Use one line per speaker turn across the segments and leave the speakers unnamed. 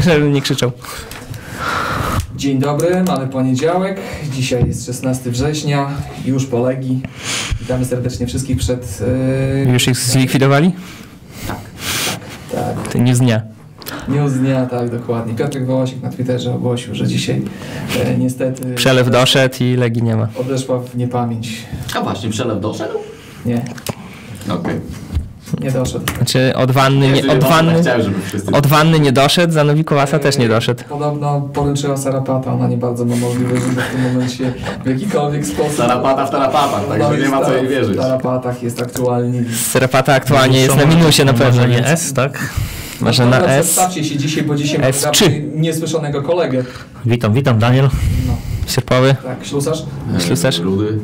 żeby nie krzyczał.
Dzień dobry, mamy poniedziałek, dzisiaj jest 16 września, już po Legii. Witamy serdecznie wszystkich przed... Yy,
Już ich zlikwidowali?
tak,
To nie z dnia.
news dnia, tak, dokładnie. Piotrek Wołosik na Twitterze ogłosił, że dzisiaj e, niestety...
Przelew doszedł i Legii nie ma.
Odeszła w niepamięć.
A właśnie, przelew doszedł?
Nie,
Okej. Okay.
nie doszedł.
Znaczy od wanny nie, od wanny,
tak Chciałem, żeby wszyscy...
od wanny nie doszedł, za Nowikowasa też nie doszedł.
Podobno poręczyła Sarapata, ona nie bardzo ma możliwość, żeby w tym momencie w jakikolwiek sposób... No tak,
Tarapata w tarapatach, także nie ma co jej wierzyć.
W tarapatach jest aktualnie
Serapata aktualnie jest na minusie na pewno.
Może nie
więc-
S, tak?
Może na
Natomiast
S.
Zostawcie się dzisiaj, bo dzisiaj mamy
S3.
naprawdę niesłyszanego kolegę.
Witam, witam Daniel.
No,
Sierpowy.
tak, ślusarz?
Ślusarz.
E, Rudy.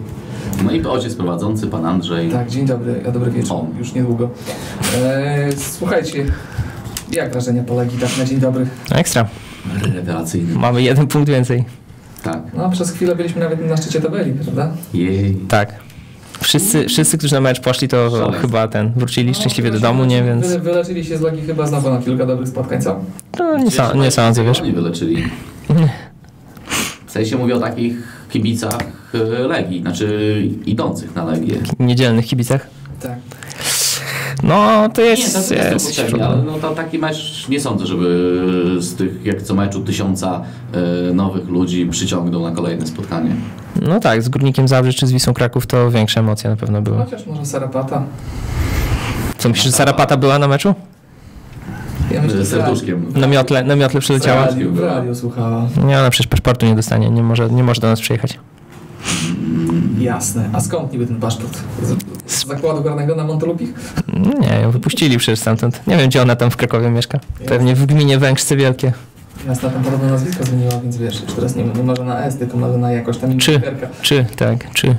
No i ojciec prowadzący, pan Andrzej.
Tak, dzień dobry, a dobry wieczór,
O.
już niedługo. E, słuchajcie, jak wrażenia po Legii, tak na dzień dobry?
No, Ekstra.
Rewelacyjny.
Mamy jeden punkt więcej.
Tak.
No, przez chwilę byliśmy nawet na szczycie tabeli, prawda?
Jej.
Tak. Wszyscy, wszyscy, którzy na mecz poszli, to
Szaleństwo.
chyba ten wrócili
No,
szczęśliwie do
wyleczyli-
domu, nie? Więc
wyle- Wyleczyli się z Legii chyba znowu na kilka dobrych spotkań, co?
no, nie, są, nie sądzę, wiesz.
Oni wyleczyli. W sensie mówię o takich kibicach e, Legii, znaczy idących na Legię.
Niedzielnych kibicach.
Tak.
No, to
Nie, to
jest,
jest, jest
jest
potrzebne, ale
problem.
no, to taki mecz nie sądzę, żeby z tych jak co meczu tysiąca e, nowych ludzi przyciągnął na kolejne spotkanie.
No tak, z Górnikiem Zabrze czy z Wisą Kraków to większe emocje na pewno były.
Chociaż może Sarapata.
Co myślisz, że Sarapata była na meczu?
Ja
Z
że tak.
serduszkiem.
Na miotle, na miotle
w
przyleciała?
radiu, w radiu słuchała.
Nie, ona przecież paszportu nie dostanie, nie może, nie może do nas przyjechać.
Mhm. Jasne. A skąd niby ten paszport? Z, z zakładu karnego na Montelupich?
Nie, ją wypuścili przecież stamtąd. Nie wiem, gdzie ona tam w Krakowie mieszka. Pewnie w gminie Węgrzce Wielkie.
Jasna tam podobno nazwisko zmieniła, więc wiesz, już teraz nie, nie może na S, tylko może na jakoś tam
Czy?
literka.
Czy, tak, czy.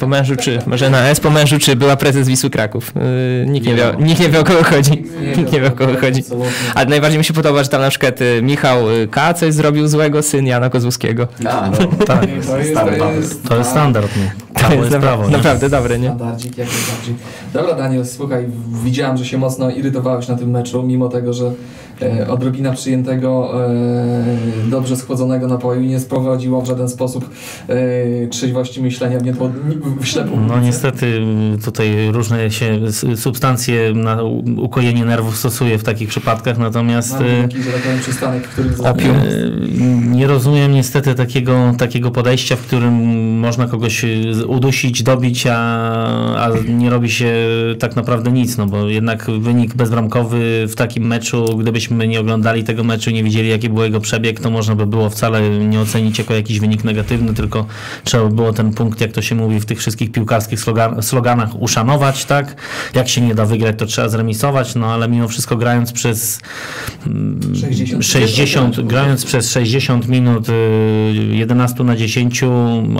Po mężu czy. Marzena S. po mężu czy. Była prezes Wisły Kraków. Yy, nikt, nie wie, nikt nie wie, o kogo chodzi. Nikt nie wie, o kogo chodzi.
Absolutnie.
Ale najbardziej mi się podoba, że tam na przykład y, Michał y, K. coś zrobił złego, syn Jana Kozłowskiego.
A, no,
Tak,
Nie, To jest,
Stary
to
papier.
jest,
to jest standard. Nie? Prawo jest
napra-
prawo. Nie?
naprawdę dobre, nie?
Standardzik, jak najbardziej. Dobra, Daniel, słuchaj, widziałem, że się mocno irytowałeś na tym meczu, mimo tego, że e, odrobina przyjętego, e, dobrze schłodzonego napoju nie sprowadziło w żaden sposób e, trzeźwości myślenia w, nietło, w ślepą
No
ulicę.
niestety mm, tutaj różne się s- substancje na u- ukojenie nerwów stosuje w takich przypadkach, natomiast
Mam
e,
taki, że tak powiem, przystanek, w którym...
Opium.
E, Nie rozumiem niestety takiego, takiego podejścia, w którym można kogoś e, z- udusić, dobić, a, a nie robi się tak naprawdę nic, no bo jednak wynik bezbramkowy w takim meczu, gdybyśmy nie oglądali tego meczu, nie widzieli jaki był jego przebieg, to można by było wcale nie ocenić jako jakiś wynik negatywny, tylko trzeba by było ten punkt, jak to się mówi w tych wszystkich piłkarskich slogan, sloganach, uszanować, tak? Jak się nie da wygrać, to trzeba zremisować, no ale mimo wszystko grając przez e,
60.
60, grając przez 60 minut, y, 11 na 10,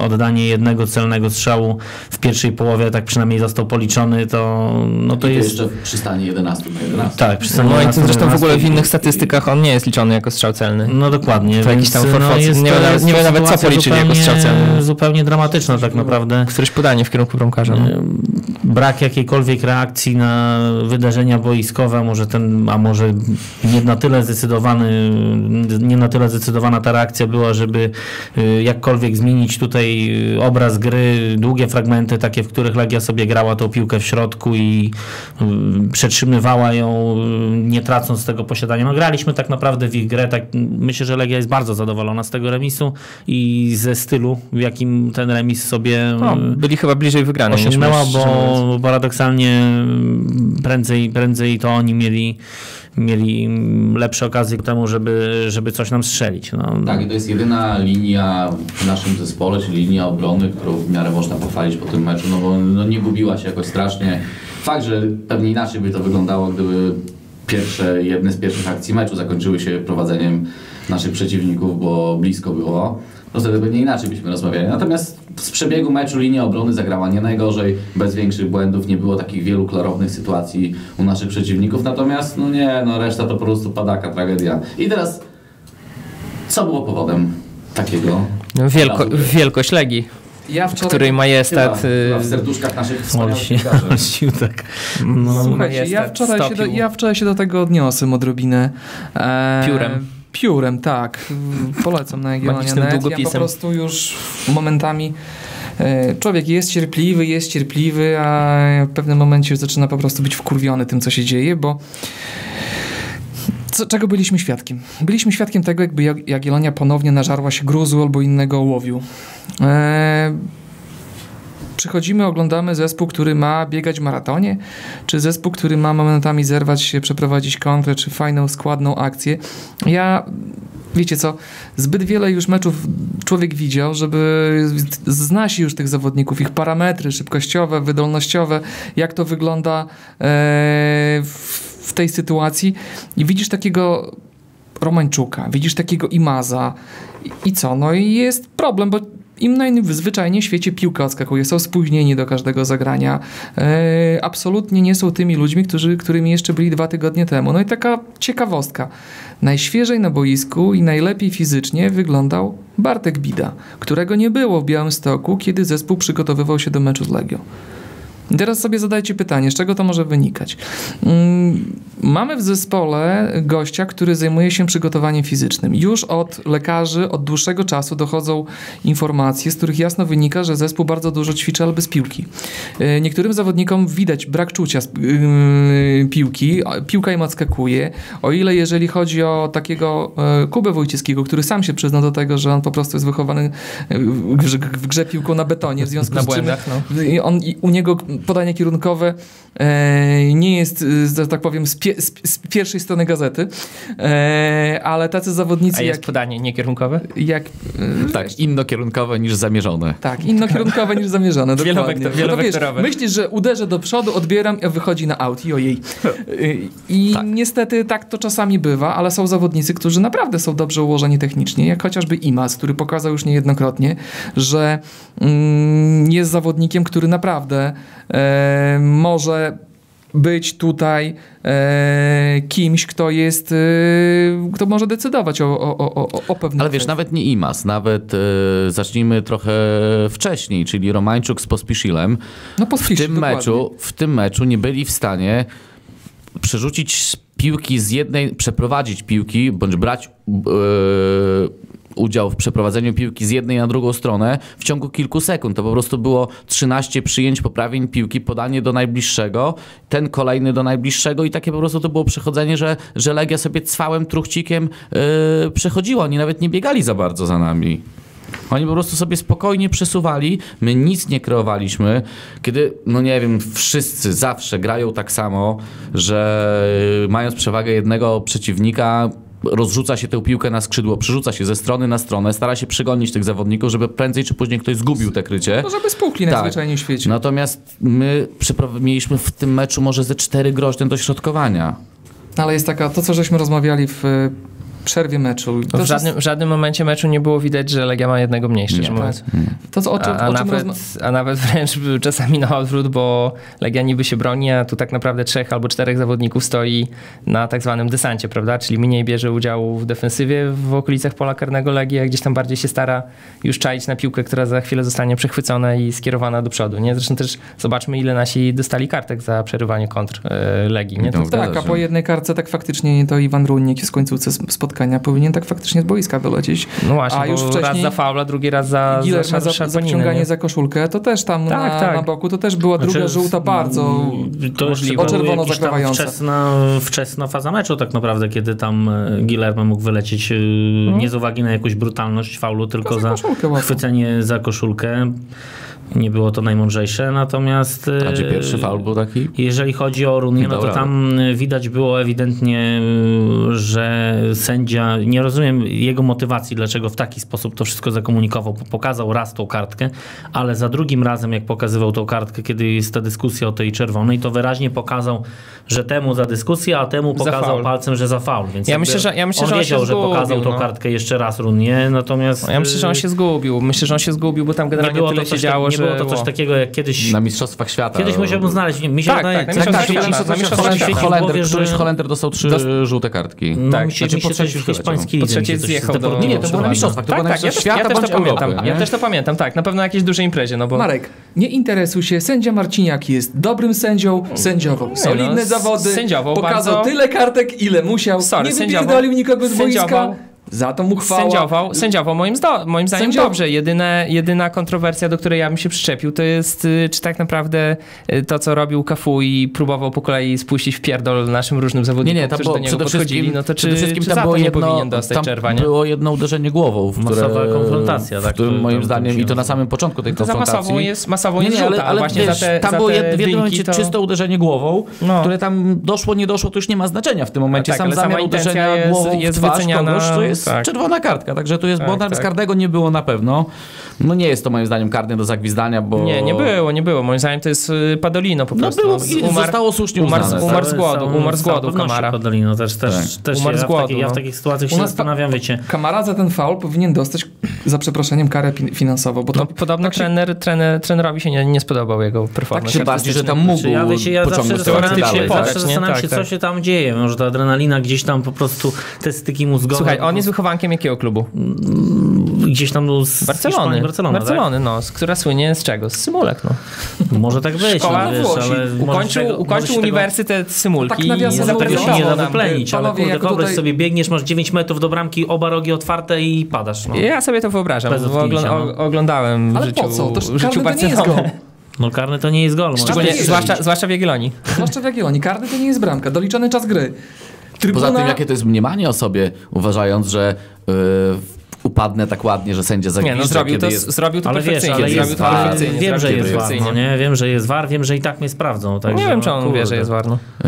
oddanie jednego celnego strzału w pierwszej połowie, tak przynajmniej został policzony, to, no
to
to
jest...
jest...
jeszcze przystanie 11 na 11.
Tak, przy samym
No i
11
to zresztą w ogóle w
11.
innych statystykach on nie jest liczony jako strzał celny.
No dokładnie.
To jakiś tam
więc,
forfocet.
jest
Nie
to-
wiem nawet-
jest
nie
to
wiem nawet, co
sytuacja
policzyli jako
zupełnie-
strzelcem.
Zupełnie dramatyczna tak naprawdę.
Któreś podanie w kierunku bramkarza. No.
brak jakiejkolwiek reakcji na wydarzenia boiskowe, może ten, a może nie na tyle zdecydowany, nie na tyle zdecydowana ta reakcja była, żeby y, jakkolwiek zmienić tutaj y, obraz gry, długie fragmenty takie, w których Legia sobie grała tą piłkę w środku i y, przetrzymywała ją, y, nie tracąc tego posiadania. No graliśmy tak naprawdę w ich grę, tak myślę, że Legia jest bardzo zadowolona z tego remisu i ze stylu, w jakim ten remis sobie
No,
y,
byli chyba bliżej wygranej. niż
osiągnęła,
my, szczerze mówiąc.
bo paradoksalnie mm, prędzej, prędzej to oni mieli, mieli mm, lepsze okazje ku temu, żeby, żeby coś nam strzelić. No.
Tak, i to jest jedyna linia w naszym zespole, czyli linia obrony, którą w miarę można pochwalić po tym meczu, no bo no, nie gubiła się jakoś strasznie. Fakt, że pewnie inaczej by to wyglądało, gdyby pierwsze, jedne z pierwszych akcji meczu zakończyły się prowadzeniem naszych przeciwników, bo blisko było. To wtedy pewnie inaczej byśmy rozmawiali. Natomiast z przebiegu meczu linia obrony zagrała nie najgorzej, bez większych błędów, nie było takich wielu klarownych sytuacji u naszych przeciwników. Natomiast, no nie, no reszta to po prostu padaka, tragedia. I teraz co było powodem takiego?
No, Wielko,
Razu.
wielkość Legii.
Ja wczoraj
której majestat... y,
Chyba,
y,
chyba w serduszkach naszych wspaniałych
Olsi,
piłkarzy.
Olsiu, tak. No,
Słuchajcie, ja
Majestat
wczoraj, się do,
stopił.
ja wczoraj się do tego odniosłem odrobinę. E,
Piórem.
Piórem, tak. W- Polecam na
Magicznym
Jagiellonianet. Ja po
długopisem.
prostu już momentami e, człowiek jest cierpliwy, jest cierpliwy, a w pewnym momencie już zaczyna po prostu być wkurwiony tym, co się dzieje, bo co, czego byliśmy świadkiem? Byliśmy świadkiem tego, jakby Jag- Jagiellonia ponownie nażarła się gruzu albo innego ołowiu. E, przychodzimy, oglądamy zespół, który ma biegać w maratonie, czy zespół, który ma momentami zerwać się, przeprowadzić kontrę, czy fajną, składną akcję. Ja, wiecie co, zbyt wiele już meczów człowiek widział, żeby z- zna się już tych zawodników, ich parametry szybkościowe, wydolnościowe, jak to wygląda e, w, w tej sytuacji. I widzisz takiego Romańczuka, widzisz takiego Imaza i, i co? No i jest problem, bo im najzwyczajniej w świecie piłka odskakuje, są spóźnieni do każdego zagrania, e, absolutnie nie są tymi ludźmi, którzy, którymi jeszcze byli dwa tygodnie temu. No i taka ciekawostka. Najświeżej na boisku i najlepiej fizycznie wyglądał Bartek Bida, którego nie było w Białymstoku, kiedy zespół przygotowywał się do meczu z Legią. I Teraz sobie zadajcie pytanie, z czego to może wynikać? Mm, Mamy w zespole gościa, który zajmuje się przygotowaniem fizycznym. Już od lekarzy od dłuższego czasu dochodzą informacje, z których jasno wynika, że zespół bardzo dużo ćwiczy, ale bez piłki. Y, Niektórym zawodnikom widać brak czucia sp- yy, piłki, a piłka im odskakuje. O ile jeżeli chodzi o takiego e, Kubę Wojcieckiego, który sam się przyznał do tego, że on po prostu jest wychowany e, w grze, w grze piłką na betonie, w związku
na
z czym
błędach, no.
i on, i u niego podanie kierunkowe e, nie jest, e, że tak powiem, z, pie, z, z pierwszej strony gazety, e, ale tacy
A
zawodnicy jak,
jest podanie niekierunkowe?
jak. e,
Tak, innokierunkowe niż zamierzone.
Tak, innokierunkowe niż zamierzone. dokładnie.
Wielowektor-
Bo to wiesz,
wielowektorowek.
Myślisz, że uderzę do przodu, odbieram i wychodzi na aut. i Ojej. Y, I
Tak.
niestety tak to czasami bywa, ale są zawodnicy, którzy naprawdę są dobrze ułożeni technicznie, jak chociażby Imas, który pokazał już niejednokrotnie, że mm, jest zawodnikiem, który naprawdę e, może być tutaj e, kimś, kto jest, e, kto może decydować o, o, o, o- o pewnych
Ale wiesz,
kwestiach.
nawet nie IMAS, nawet e, zacznijmy trochę wcześniej, czyli Romańczuk z Pospiszilem.
no, po
W tym, meczu, w tym meczu nie byli w stanie przerzucić z piłki z jednej, przeprowadzić piłki, bądź brać e, udział w przeprowadzeniu piłki z jednej na drugą stronę w ciągu kilku sekund. To po prostu było 13 przyjęć, poprawień piłki, podanie do najbliższego, ten kolejny do najbliższego i takie po prostu to było przechodzenie, że, że Legia sobie cwałem, truchcikiem e, przechodziła. Oni nawet nie biegali za bardzo za nami. Oni po prostu sobie spokojnie przesuwali, my nic nie kreowaliśmy, kiedy, no nie wiem, wszyscy zawsze grają tak samo, że y, mając przewagę jednego przeciwnika, rozrzuca się tę piłkę na skrzydło, przerzuca się ze strony na stronę, stara się przegonić tych zawodników, żeby prędzej czy później ktoś zgubił te krycie.
No, żeby spłukli
Tak.
najzwyczajniej w świecie.
Natomiast my przepraw- mieliśmy w tym meczu może ze cztery groźne dośrodkowania.
Ale jest taka, to co żeśmy rozmawiali w e, przerwie meczu, to,
No W żadnym, w żadnym momencie meczu nie było widać, że Legia ma jednego mniej, szczerze
Nie.
mówiąc.
to co, o czym,
A, a,
o czym
nawet,
rozma-
a nawet wręcz czasami na odwrót, bo Legia niby się broni, a tu tak naprawdę trzech albo czterech zawodników stoi na tak zwanym desancie, prawda? Czyli mniej bierze udziału w defensywie w okolicach pola karnego Legii, a gdzieś tam bardziej się stara już czaić na piłkę, która za chwilę zostanie przechwycona i skierowana do przodu, nie? Zresztą też zobaczmy, ile nasi dostali kartek za przerywanie kontr e, Legii, nie? To,
No,
Tak, a
zgadza się.
po jednej karce tak faktycznie to Iwan Runnik z końcówce sp- spotkania powinien tak faktycznie z boiska wylecieć.
no właśnie,
A już
bo raz
wcześniej
za faula, drugi raz za, za,
Gilerma
szar-
za, za
szarpaninę, nie?
wciąganie za koszulkę, to też tam
Tak,
na,
tak.
na boku, to też była druga
Znaczy,
żółta bardzo...
mm, To jeszcze
możliwe.
była
O czerwono
jakaś tam
zakrawająca.
Wczesna, wczesna faza meczu tak naprawdę, kiedy tam e, Guillermo mógł wylecieć e, nie z uwagi na jakąś brutalność faulu, tylko
Tylko Mhm. za
za,
koszulkę łapał.
chwycenie za koszulkę. Nie było to najmądrzejsze, natomiast... e,
A gdzie pierwszy faul był taki?
jeżeli chodzi o Runię, no to
Dobra.
tam widać było ewidentnie, y, że sędzia, nie rozumiem jego motywacji, dlaczego w taki sposób to wszystko zakomunikował, bo pokazał raz tą kartkę, ale za drugim razem, jak pokazywał tą kartkę, kiedy jest ta dyskusja o tej czerwonej, to wyraźnie pokazał, że temu za dyskusję, a temu
Za
pokazał
faul.
palcem, że za faul. Więc
Ja
jakby
myślę, że- ja myślę,
on
że on się
wiedział, że pokazał
zgubił,
tą
no.
kartkę jeszcze raz Runię, natomiast...
Ja myślę, że on
y,
się zgubił. Myślę, że on się zgubił, bo tam
nie
generalnie
było
tyle
to
się
coś tak-
działo,
nie było to coś takiego jak kiedyś.
Na Mistrzostwach Świata.
Kiedyś musiałbym znaleźć. Mi się
Tak,
wydaje,
tak, na
coś
Mistrzostwach
takiego-
Świata, na
coś takiego
Mistrzostwach
mi
Świata.
świeci w
Holender,
głowie, że-
Któryś Holender dostał trzy
Dost-
żółte kartki.
No,
Tak,
mi się,
znaczy
mi
po
się
trzeciej
też
już leciał.
hiszpański
Po
ident
trzeciej
się coś
zjechał do-
zdeportował.
Nie,
Nie, to było na Mistrzostwach. To
Tak,
było na
tak, ja
Mistrzostwach
też, ja
Świata
też to
bądź
pamiętam.
Europy.
Ja
nie?
też to pamiętam, tak. Na pewno jakieś duże imprezie, no bo...
Marek, nie interesuj się, sędzia Marciniak jest dobrym sędzią, sędziował. Solidne
no, s-
zawody,
sędziował
pokazał
bardzo.
tyle kartek, ile musiał,
Sorry,
nie
sędziował.
wypierdolił nikogo z boiska,
Sędziował.
za to mu chwała.
Sędziował, sędziował moim, zdo, moim zdaniem
Sędziował.
dobrze. Jedyne, jedyna kontrowersja, do której ja bym się przyczepił, to jest, y, czy tak naprawdę y, to, co robił Cafu i próbował po kolei spuścić w pierdol naszym różnym zawodnikom,
nie, nie, tam
którzy
było
do niego
przede
podchodzili,
wszystkim,
no to czy,
przede wszystkim
czy
tam
za
było
to nie
jedno,
powinien dostać
tam
czerwania?
było jedno uderzenie głową, w które,
Masowa konfrontacja, tak,
w którym
to-
moim
to- to
zdaniem
się
i to na
nazywa.
samym początku tej
To za
konfrontacji.
masową jest, masową
Nie,
jest
nie, ale,
żółta,
ale
właśnie
wiesz,
za te,
tam
za
było
te
jed, w jednym
dynki
momencie
to...
czyste uderzenie głową,
No.
które tam doszło, nie doszło, to już nie ma znaczenia w tym momencie.
tak,
sam
ale
zamiar
sama intencja
uderzenia
jest-
głową
jest
w twarz
wyceniana,
kogoś, to jest
tak.
czerwona kartka, także tu jest
Tak,
tak, błąd,
tak.
tak. karnego nie było na pewno. No nie jest to moim zdaniem karny do zagwizdania, bo...
Nie, nie było, nie było. Moim zdaniem to jest y, Padolino po
No
prostu.
było
Z-
i zostało słusznie
umarł-
uznane.
umarł- z
tak.
głodu,
Całą-
umarł z
całą
głodu
pewnością
Kamara.
Padolino też, też,
Tak.
też
Umarł
ja,
z głodu,
w takiej, ja w
no.
takich sytuacjach się
U nas-
zastanawiam, wiecie.
Kamara za ten faul powinien dostać za przeproszeniem karę pi- finansową, bo to
No, podobno
tak się-
trener, trener, trenerowi się nie, nie spodobał jego
Tak
performance.
się bardziej, że
artystyczny.
tam mógł
Czy ja, wiecie, ja zawsze
pociągnąć sytuację
zastanawiam
akcję
się,
dalej.
podać,
tak?
zawsze
nie?
zastanawiam
Tak,
się,
tak.
co się tam dzieje. Może ta adrenalina gdzieś tam po prostu, te styki mózgowe.
Słuchaj,
po
on jest wychowankiem jakiego klubu?
gdzieś tam z
Barcelony.
Hiszpanii, Barcelona,
Barcelony, no, z- która słynie z czego? Z Symulek, no.
Tak? Może tak być,
Szkoła
no, wiesz,
Włosi.
ale może się
Ukończył,
tego, może się
ukończył
tego- No
uniwersytet Symulki
Tak nawiasem
i
Nie,
mówiąc,
zapewne
zapewne
udało
się nie da
nam.
wyplenić, ale
Panowie,
kurde,
jak
wyobraź
tutaj-
sobie, biegniesz, masz 9 metrów do bramki, oba rogi otwarte i padasz. No,
Ja sobie to wyobrażam,
Bez
bo
odknięcia,
ogl-
no.
o- oglądałem w
Ale
życiu,
po co? To
w życiu tak
karny to nie jest
Barcelony.
gol.
no karny to nie jest gol. może
Szczególnie,
Czas nie
zwłaszcza, zwłaszcza w Jagiellonii.
Zwłaszcza w Jagiellonii, karny to nie jest bramka, doliczony czas gry. Trybuna...
Poza tym, jakie to jest mniemanie o sobie, uważając, że y, upadnę tak ładnie, że sędzia
Nie,
zagwizdza,
no zrobił
kiedy
to,
jest...
zrobił to
Ale wiesz,
perfekcyjnie.
ale
jest
zrobił to
war.
perfekcyjnie.
wiem, że
zrobił to
jest war,
perfekcyjnie.
no nie? Wiem, że jest war, wiem, że i tak mnie sprawdzą. Także,
Nie wiem,
no,
czy on wie,
kurde.
że jest war. No.
Y,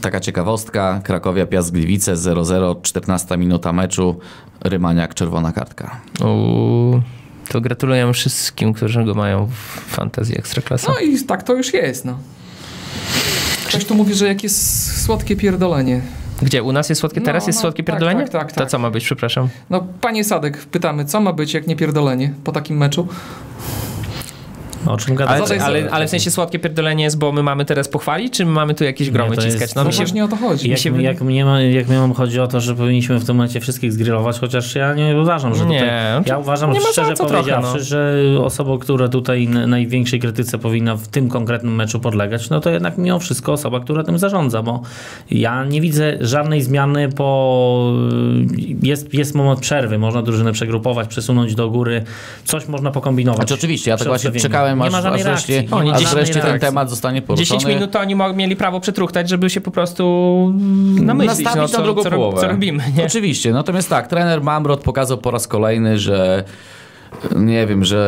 taka ciekawostka, Krakowia, Piast Gliwice 0-0, 14 minuta meczu, Rymaniak, czerwona kartka.
Uuu, to gratuluję wszystkim, którzy go mają w fantazji ekstraklasy.
No i tak to już jest, no. Ktoś tu mówi, że jakieś słodkie pierdolenie.
Gdzie, u nas jest słodkie,
No,
teraz jest
no,
słodkie
tak,
pierdolenie?
tak, tak,
To
tak.
co ma być, przepraszam?
No, panie Sadek, pytamy, co ma być jak nie pierdolenie po takim meczu?
O czym
Ale,
gadać?
Zaczek-
ale, ale w sensie słokie pierdolenie jest, bo my mamy teraz pochwalić, czy my mamy tu jakieś gromy
Nie, to jest-
ciskać?
No
No mi się...
właśnie o to chodzi.
Jak,
się
mi-
wyda-
jak, mnie ma, jak mnie mam chodzi o to, że powinniśmy w tym momencie wszystkich zgrillować, chociaż ja nie uważam, że
Nie,
tutaj,
czy-
ja uważam,
nie ma za
szczerze
co trochę,
powiedziawszy,
no.
że osobą, która tutaj n- największej krytyce powinna w tym konkretnym meczu podlegać, no to jednak mimo wszystko osoba, która tym zarządza, bo ja nie widzę żadnej zmiany po... Jest, jest moment przerwy, można drużynę przegrupować, przesunąć do góry, coś można pokombinować.
Znaczy oczywiście, ja tak
Przy
właśnie
odstawieniu.
czekałem,
Nie
aż,
ma żadnej
aż wreszcie,
reakcji, nie ma
Oni
aż
żadnej
wreszcie ten
reakcji.
temat zostanie poruszony.
10 minut to oni mo- mieli prawo przetruchtać, żeby się po prostu mm, namyślić,
nastawić
no, co,
na drugą
co, rob-
połowę.
co robimy. Nie?
Oczywiście, natomiast tak, trener Mamrot pokazał po raz kolejny, że e, nie wiem, że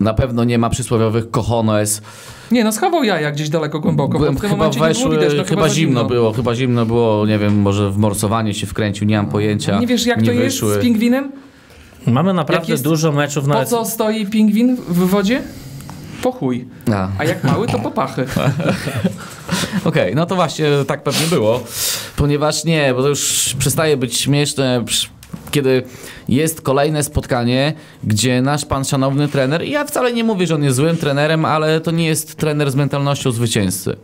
na pewno nie ma przysłowiowych cojones,
Nie, no schował jaja gdzieś daleko głęboko. bo
Byłem,
w tym
chyba
momencie nie było
weszły,
widać, no
chyba, zimno było, chyba zimno było, nie wiem, może w morsowanie się wkręcił, nie mam pojęcia.
Nie wiesz, jak
nie
to
wyszły.
jest z pingwinem?
Mamy naprawdę
Jak jest-
dużo meczów na
Po co stoi pingwin w wodzie? Po chuj.
A,
A jak mały, to po pachy.
Okej, no to właśnie tak pewnie było, ponieważ nie, bo to już przestaje być śmieszne, przy- kiedy jest kolejne spotkanie, gdzie nasz pan szanowny trener, i ja wcale nie mówię, że on jest złym trenerem, ale to nie jest trener z mentalnością zwycięzcy,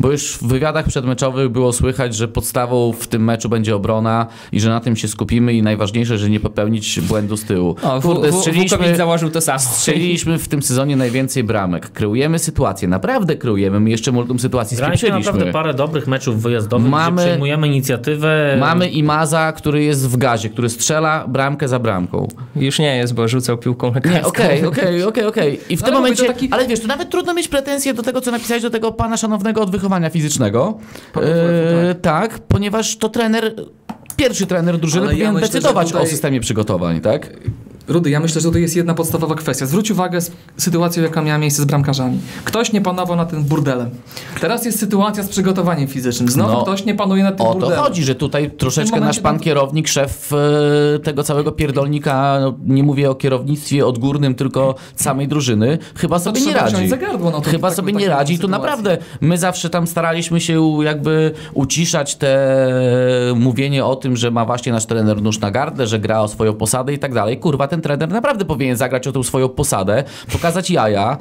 bo już w wywiadach przedmeczowych było słychać, że podstawą w tym meczu będzie obrona i że na tym się skupimy i najważniejsze, że nie popełnić błędu z tyłu.
O,
No,
Kurde,
Kurde,
strzeliliśmy,
Wukowicz założył to samo.
Strzeliliśmy w tym sezonie najwięcej bramek. Kreujemy sytuację, naprawdę kreujemy. My jeszcze multum sytuacji
Graliśmy naprawdę
spieprzyliśmy.
parę dobrych meczów wyjazdowych,
Mamy-
gdzie przejmujemy inicjatywę.
Mamy Imaza, który jest w gazie, który strzela bramkę za bramką.
Już nie jest, bo rzucał piłką lekarską.
Okej, okej, okej, okej. I w
No
tym
ale mówię,
momencie,
to taki-
ale wiesz, tu nawet trudno mieć pretensje do tego, co napisałeś do tego pana szanownego od wychowania fizycznego.
Pana
E, tak, ponieważ to trener, pierwszy trener drużyny
Ale ja
powinien
myślę, że
decydować
tutaj-
o systemie przygotowań, tak?
Rudy, ja myślę, że to jest jedna podstawowa kwestia. Zwróć uwagę z sytuacją, jaka miała miejsce z bramkarzami. Ktoś nie panował nad tym burdelem. Teraz jest sytuacja z przygotowaniem fizycznym. Znowu
No,
ktoś nie panuje nad tym
O to
burdelem.
chodzi, że tutaj troszeczkę nasz
momencie
pan
to-
kierownik, szef e, tego całego pierdolnika, no, nie mówię o kierownictwie odgórnym, tylko samej drużyny, chyba sobie nie
trzeba
radzi.
wziąć za gardło, no to
chyba
taką-
sobie nie
taką
radzi. Tu
sytuację.
naprawdę my zawsze tam staraliśmy się jakby uciszać te e, mówienie o tym, że ma właśnie nasz trener nóż na gardle, że gra o swoją posadę i tak dalej. Kurwa, ten trener naprawdę powinien zagrać o tą swoją posadę, pokazać jaja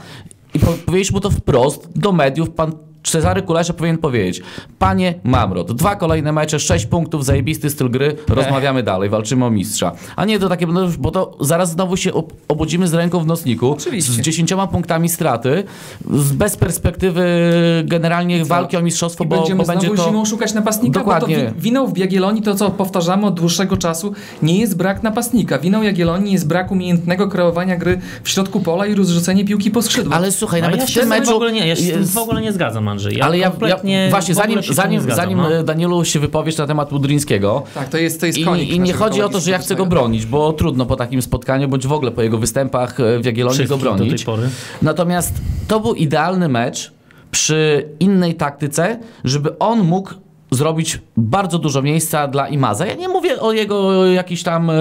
i po- powiedzieć mu to wprost do mediów. Pan Cezary Kulesza powinien powiedzieć, panie Mamrot, dwa kolejne mecze, sześć punktów, zajebisty styl gry, rozmawiamy dalej, walczymy o mistrza. A nie to takie, no, bo to zaraz znowu się ob- obudzimy z ręką w nocniku,
Oczywiście.
z dziesięcioma punktami straty, z, bez perspektywy generalnie walki o mistrzostwo,
I
bo,
będziemy
bo będzie
znowu
to...
zimą szukać napastnika,
Dokładnie.
bo to wi- winą w Jagiellonii, to co powtarzamy od dłuższego czasu, nie jest brak napastnika. Winą Jagiellonii jest brak umiejętnego kreowania gry w środku pola i rozrzucenie piłki po skrzydłach.
Ale słuchaj,
No
nawet
ja
w
się
tym
z tym w
meczu...
ogóle nie, ja się z tym
jest-
w ogóle nie zgadzam, Andrzej. Ja
Ale ja,
kompletnie
ja właśnie
w ogóle
zanim,
się z tym
zanim,
nie zgadzam,
zanim
no.
e, Danielu się wypowiesz na temat Udryńskiego
tak, to jest, to jest konik.
i, i nie
naszego tak.
chodzi o to, że ja chcę
kołowicza
go bronić, bo trudno po takim spotkaniu, bądź w ogóle po jego występach e, w Jagiellonii go
Wszystkich do tej
bronić.
pory.
Natomiast to był idealny mecz przy innej taktyce, żeby on mógł zrobić bardzo dużo miejsca dla Imaza. Ja nie mówię o jego jakiś tam e,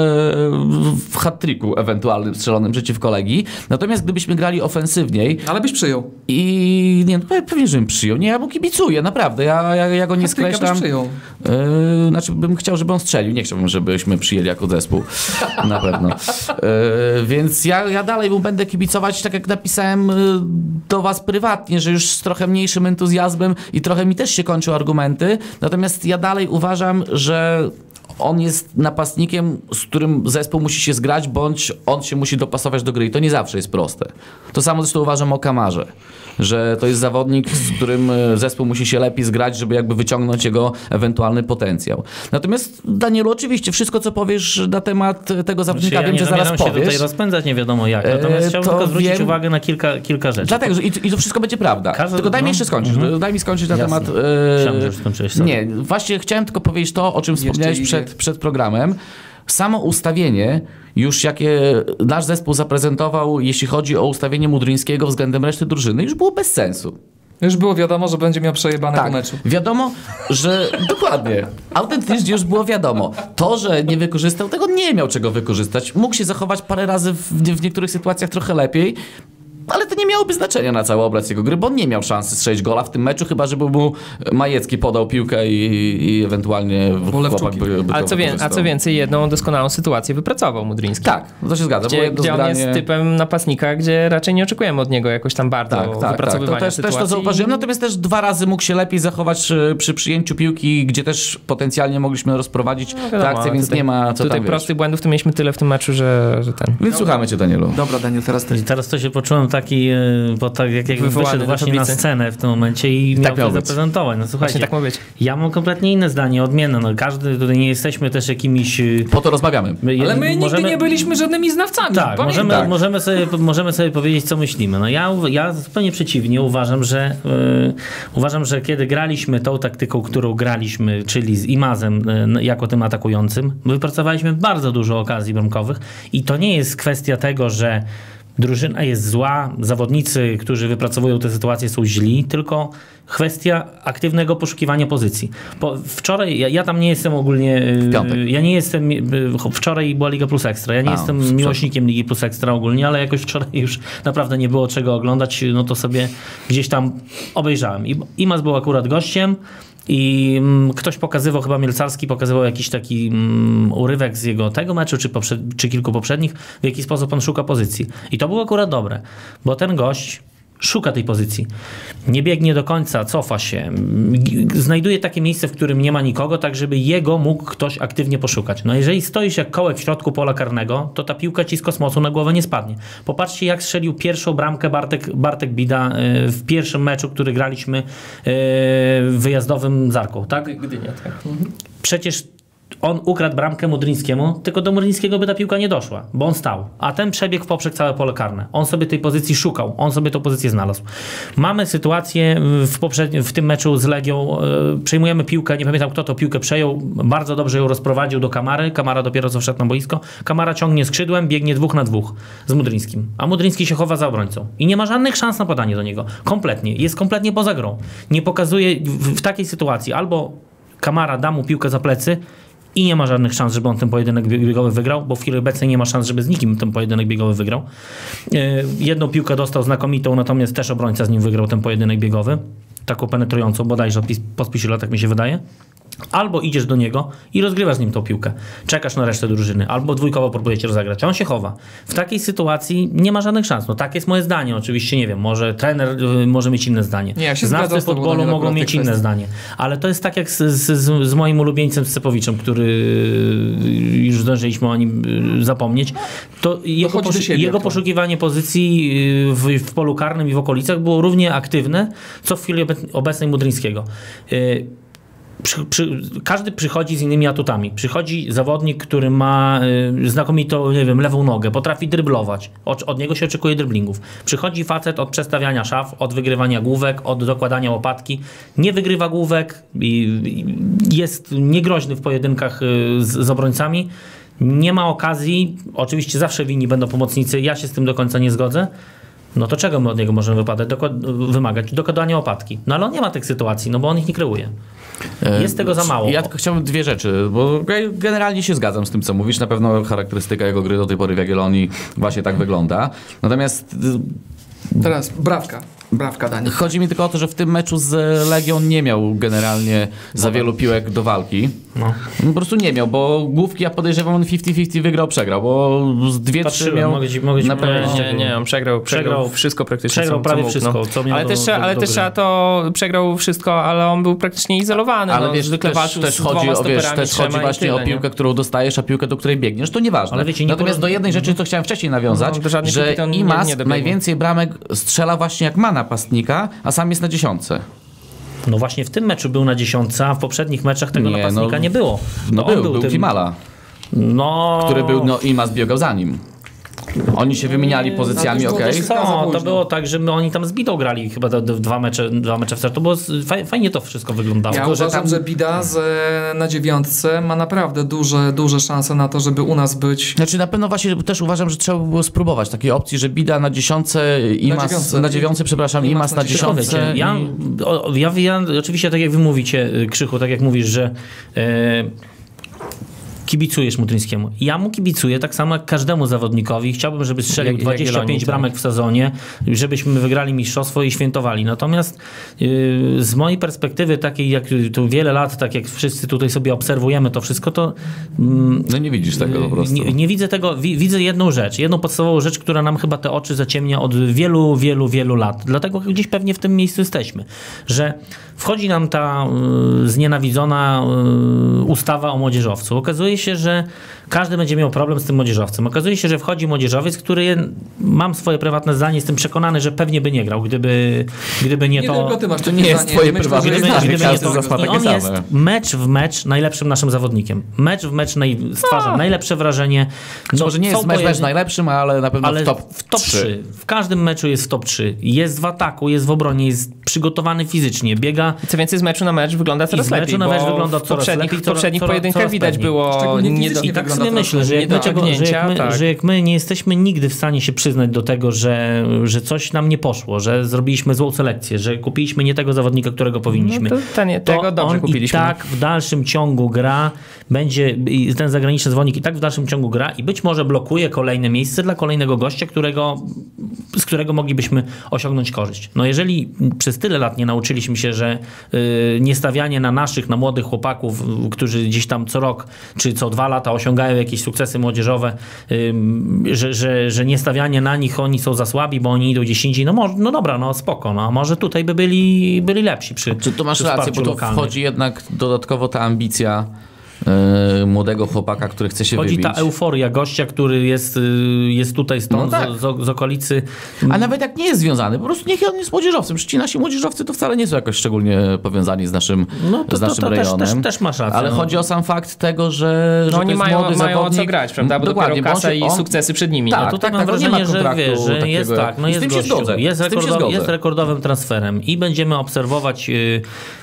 w hat-tricku ewentualnym strzelonym przeciw kolegi. Natomiast gdybyśmy grali ofensywniej,
Ale byś przyjął.
i nie, no, pe- pewnie, żebym przyjął. Nie, ja mu kibicuję, naprawdę. Ja, ja, ja go nie
Hat-tricka
skreślam.
byś przyjął.
Yy, znaczy, bym chciał, żeby on strzelił. Nie chciałbym, żebyśmy przyjęli jako zespół. Na pewno. Yy, więc ja, ja dalej mu będę kibicować, tak jak napisałem yy, do was prywatnie, że już z trochę mniejszym entuzjazmem i trochę mi też się kończą argumenty. Natomiast ja dalej uważam, że on jest napastnikiem, z którym zespół musi się zgrać, bądź on się musi dopasować do gry. I to nie zawsze jest proste. To samo zresztą uważam o Kamarze, że to jest zawodnik, z którym e, zespół musi się lepiej zgrać, żeby jakby wyciągnąć jego ewentualny potencjał. Natomiast Danielu, oczywiście wszystko, co powiesz na temat tego zawodnika,
Znaczy, ja
wiem,
nie
że zaraz
zamierzam się
powiesz.
tutaj rozpędzać, nie wiadomo jak.
E,
Natomiast
to
chciałbym tylko zwrócić
wiem.
uwagę na kilka, kilka rzeczy.
Dlatego, że i, i to wszystko będzie prawda.
Każdy-
tylko daj mi
no,
jeszcze skończyć.
mhm.
Daj mi skończyć na
Jasne.
temat. e,
Myślałem, że już skończyłeś, sorry.
nie, właśnie chciałem tylko powiedzieć to, o czym wspomniałeś
idzie.
przed, przed programem. Samo ustawienie, już jakie nasz zespół zaprezentował, jeśli chodzi o ustawienie Mudryńskiego względem reszty drużyny, już było bez sensu.
Już było wiadomo, że będzie miał przejebane
Tak.
po meczu.
Wiadomo, że dokładnie. Autentycznie już było wiadomo. To, że nie wykorzystał tego, nie miał czego wykorzystać. Mógł się zachować parę razy w, w niektórych sytuacjach trochę lepiej. Ale to nie miałoby znaczenia na cały obraz jego gry, bo on nie miał szansy strzelić gola w tym meczu, chyba żeby mu Majecki podał piłkę i, i ewentualnie w-
Bo Lewczuki.
chłopak by, by
A
to
co, wie, a
wykorzystał.
co więcej, jedną doskonałą sytuację wypracował Mudryński.
Tak, to się zgadza. było
Gdzie,
jedno
gdzie on
zgranie-
jest typem napastnika, gdzie raczej nie oczekujemy od niego jakoś tam bardzo
Tak, tak, tak.
wypracowywania
To też, też
sytuacji.
to zauważyłem, No, natomiast też dwa razy mógł się lepiej zachować e, przy przyjęciu piłki, gdzie też potencjalnie mogliśmy rozprowadzić tę
No, Wiadomo,
akcję, więc
tutaj-
nie ma co
Tutaj No.
tam wiesz.
prostych błędów to mieliśmy tyle w tym meczu, że, że ten...
Więc słuchamy cię, Danielu.
Dobra, Daniel, teraz ty.
I teraz to się poczułem taki, e, bo tak jak, jakbym
Wywołany
wyszedł
do
właśnie na
tablicy.
scenę w tym momencie i miał
tak miało
to
być.
zaprezentować. No słuchajcie,
Właśnie tak ma być.
ja mam kompletnie inne zdanie, odmienne. No, każdy, tutaj nie jesteśmy też jakimiś... y,
Po to rozmawiamy.
My,
Ale my nigdy nie byliśmy żadnymi znawcami.
Tak,
pamiętaj.
możemy,
tak.
Możemy, sobie, możemy sobie powiedzieć, co myślimy. No ja, ja zupełnie przeciwnie uważam, że y, uważam, że kiedy graliśmy tą taktyką, którą graliśmy, czyli z Imazem y, jako tym atakującym, wypracowaliśmy bardzo dużo okazji bramkowych i to nie jest kwestia tego, że drużyna jest zła, zawodnicy, którzy wypracowują te sytuacje są źli, tylko kwestia aktywnego poszukiwania pozycji. Bo wczoraj, ja, ja tam nie jestem ogólnie... y,
piątek.
ja nie jestem, y, wczoraj była Liga Plus Ekstra, ja nie
A,
jestem
sprzed-
miłośnikiem Ligi Plus Ekstra ogólnie, ale jakoś wczoraj już naprawdę nie było czego oglądać, no to sobie gdzieś tam obejrzałem. I Imas był akurat gościem i mm, ktoś pokazywał, chyba Mielcarski pokazywał jakiś taki mm, urywek z jego tego meczu, czy, poprze- czy kilku poprzednich, w jaki sposób on szuka pozycji. I to było akurat dobre, bo ten gość szuka tej pozycji. Nie biegnie do końca, cofa się. mm, g- Znajduje takie miejsce, w którym nie ma nikogo, tak żeby jego mógł ktoś aktywnie poszukać. No jeżeli stoisz jak kołek w środku pola karnego, to ta piłka ci z kosmosu na głowę nie spadnie. Popatrzcie jak strzelił pierwszą bramkę Bartek, Bartek Bida y, w pierwszym meczu, który graliśmy y, w wyjazdowym z Arką, tak?
Gdynia, tak.
przecież on ukradł bramkę Mudryńskiemu, tylko do Mudryńskiego by ta piłka nie doszła, bo on stał. A ten przebiegł poprzek całe pole karne. On sobie tej pozycji szukał, on sobie tą pozycję znalazł. Mamy sytuację w, poprzedni- w tym meczu z Legią, e, przejmujemy piłkę, nie pamiętam kto to piłkę przejął, bardzo dobrze ją rozprowadził do Kamary, Kamara dopiero co wszedł na boisko, Kamara ciągnie skrzydłem, biegnie dwóch na dwóch z Mudryńskim, a Mudryński się chowa za obrońcą i nie ma żadnych szans na podanie do niego. Kompletnie, jest kompletnie poza grą. Nie pokazuje w, w takiej sytuacji albo Kamara da mu piłkę za plecy i nie ma żadnych szans, żeby on ten pojedynek bieg- biegowy wygrał, bo w chwili obecnej nie ma szans, żeby z nikim ten pojedynek biegowy wygrał. E, Jedną piłkę dostał znakomitą, natomiast też obrońca z nim wygrał ten pojedynek biegowy. Taką penetrującą, bodajże od pis- po spisie latach mi tak się wydaje. Albo idziesz do niego i rozgrywasz z nim tą piłkę. Czekasz na resztę drużyny, albo dwójkowo próbujecie rozegrać, a on się chowa. W takiej sytuacji nie ma żadnych szans. No tak jest moje zdanie, oczywiście nie wiem, może trener y, może mieć inne zdanie.
Nie, ja się
Znawcy
zgadzam z tobą,
futbolu
Daniel,
mogą
akurat
mieć
tej
inne
kwestii.
zdanie. Ale to jest tak jak z, z, z, z moim ulubieńcem Scepowiczem, który y, już zdążyliśmy o nim y, zapomnieć. To jego,
Dochodzi do
poszu-
siebie
jego
aktualnie.
poszukiwanie pozycji y, w, w polu karnym i w okolicach było równie aktywne, co w chwili obec- obecnej Mudryńskiego. Y, przy, przy, każdy przychodzi z innymi atutami. Przychodzi zawodnik, który ma y, znakomitą, nie wiem, lewą nogę, potrafi dryblować. Od, od niego się oczekuje dryblingów. Przychodzi facet od przestawiania szaf, od wygrywania główek, od dokładania łopatki. Nie wygrywa główek, i, i jest niegroźny w pojedynkach y, z, z obrońcami. Nie ma okazji, oczywiście zawsze winni będą pomocnicy, ja się z tym do końca nie zgodzę. No to czego my od niego możemy wypadać, dokład- wymagać? Dokładania łopatki. No ale on nie ma tych sytuacji, no bo on ich nie kreuje.
E,
Jest tego za mało.
Ja tylko chciałbym dwie rzeczy, bo ge- generalnie się zgadzam z tym, co mówisz. Na pewno charakterystyka jego gry do tej pory w Jagiellonii właśnie tak wygląda. Natomiast
Teraz brawka. Brawka,
y,
Daniel.
chodzi mi tylko o to, że w tym meczu z Legią nie miał generalnie za wielu piłek do walki.
No.
No, Po prostu nie miał, bo główki ja podejrzewam on 50-50 wygrał, przegrał, bo z dwie, trzy
Patrzyłem,
miał
mogę ci- mogę ci
na pewno.
powiedzieć,
Nie, nie, on przegrał, przegrał,
Przegrał-
wszystko praktycznie.
przegrał
co,
prawie
co mógł,
wszystko,
no.
co miał
ale
do-
też,
do-
trzeba- ale
do
też
gry.
trzeba to, przegrał wszystko, ale on był praktycznie izolowany.
Ale
no,
wiesz,
zwykle
też,
walczył
też
z
chodzi,
dwoma
o, wiesz,
stoperami,
też chodzi
trzema i
właśnie
tyle,
o
nie?
piłkę, którą dostajesz, a piłkę, do której biegniesz, to nieważne.
Ale wiecie, nie
Natomiast
poró-
do jednej rzeczy, co chciałem wcześniej nawiązać,
No, do żadnej
że
piłki to on nie- nie
Imas
dobiegł.
najwięcej bramek strzela właśnie jak ma napastnika, a sam jest na dziesiątce.
No właśnie w tym meczu był na dziesiątce, a w poprzednich meczach tego
Nie,
napastnika
no-
nie było.
No
To on
był, był,
tym-
Timala,
No,
który był, no Imas biegał za nim. Oni się wymieniali pozycjami,
no, to
okej.
też-
Co,
Za późno.
to było tak, że my, oni tam z Bitą grali chyba te, te dwa mecze, dwa mecze w sercu. To było, z- faj, fajnie to wszystko wyglądało.
Ja uważam, że Bida z, e, na dziewiątce ma naprawdę duże, duże szanse na to, żeby u nas być
Znaczy na pewno właśnie też uważam, że trzeba by było spróbować takiej opcji, że Bida na dziesiątce, Imas
dziewiątce.
na dziewiątce, przepraszam,
Imas
Imas
na
na
Tylko
dziesiątce.
wiecie, ja, o, ja, ja oczywiście tak jak wy mówicie, y, Krzychu, tak jak mówisz, że e, kibicujesz Mutryńskiemu. Ja mu kibicuję tak samo jak każdemu zawodnikowi. Chciałbym, żeby strzelił
Jak- jak
25
Jagiellonii,
bramek w sezonie, żebyśmy wygrali mistrzostwo i świętowali. Natomiast y, z mojej perspektywy takiej, jak tu wiele lat, tak jak wszyscy tutaj sobie obserwujemy to wszystko, to mm,
No nie widzisz tego po prostu.
nie, nie widzę tego, wi, widzę jedną rzecz, jedną podstawową rzecz, która nam chyba te oczy zaciemnia od wielu, wielu, wielu lat. Dlatego gdzieś pewnie w tym miejscu jesteśmy, że wchodzi nam ta y, znienawidzona y, ustawa o młodzieżowcu. Okazuje się, że każdy będzie miał problem z tym młodzieżowcem. Okazuje się, że wchodzi młodzieżowiec, który je- mam swoje prywatne zdanie, jestem przekonany, że pewnie by nie grał, gdyby, gdyby nie,
Nie
to...
tylko ty masz takie
nie jest
zdanie.
twoje
Myślę,
prywatne
że
zdanie,
jest-
każdy
jest-
za słabe.
I on
takie
jest
same.
mecz w mecz najlepszym naszym zawodnikiem. Mecz w mecz naj...
Tak.
stwarza najlepsze wrażenie. No,
Znaczy, Może nie
są
jest mecz, mecz
pojedy-
najlepszym, ale na pewno
ale
w top,
w top 3. W każdym meczu jest w top 3. Jest w ataku, jest w obronie, jest przygotowany fizycznie, biega.
Co więcej, z meczu na mecz wygląda coraz
z meczu
lepiej,
na mecz
bo
wygląda
w
coraz
poprzednich,
lepiej, coraz-
poprzednich
coraz-
pojedynkach
coraz
widać
pewniej.
było
Szczególnie
nie, No
fizycznie
I tak
wygląda
sobie
teraz
myślę, że jak, my
nie do
tego, że, jak my,
dociągnięcia, tak.
że jak my nie jesteśmy nigdy w stanie się przyznać do tego, że, że coś nam nie poszło, że zrobiliśmy złą selekcję, że kupiliśmy nie tego zawodnika, którego powinniśmy.
No to ten- tego dobrze
on
kupiliśmy.
i tak w dalszym ciągu gra, będzie i ten zagraniczny dzwonik i tak w dalszym ciągu gra i być może blokuje kolejne miejsce dla kolejnego gościa, którego, z którego moglibyśmy osiągnąć korzyść. No jeżeli przez tyle lat nie nauczyliśmy się, że y, niestawianie na naszych, na młodych chłopaków, y, którzy gdzieś tam co rok czy co dwa lata osiągają jakieś sukcesy młodzieżowe, ym, że, że, że nie stawianie na nich oni są za słabi, bo oni idą gdzieś indziej, no, może, no dobra, no spoko, no, a może tutaj by byli, byli lepsi przy
Czy tu masz
przy
rację,
wsparciu
bo tu
lokalnym.
wchodzi jednak dodatkowo ta ambicja e, młodego chłopaka, który chce się
Chodzi
wybić.
ta euforia gościa, który jest, y, jest tutaj stąd,
No tak.
z, z, z okolicy.
A nawet jak nie jest związany, po prostu niech on jest młodzieżowcem. Przecież ci nasi młodzieżowcy to wcale nie są jakoś szczególnie powiązani z naszym,
No to,
z
to,
naszym
to, też,
rejonem.
też, też masz rację.
Ale
no.
chodzi o sam fakt tego, że, że
No
to
oni
jest
mają,
młody
mają o
zawodnik. No,
co grać, prawda? No Bo
Dokładnie,
dopiero
bo on
kasa
się-
i
on-
sukcesy przed nimi.
Tak.
A tutaj mam
tak,
wrażenie,
nie ma
że,
kontraktu
wiesz, że jest
takiego.
tak, no
Z
jest
tym się
gościu,
zgodzę,
Jest,
z tym się
rekordowy,
zgodzę.
jest rekordowym transferem i będziemy obserwować y,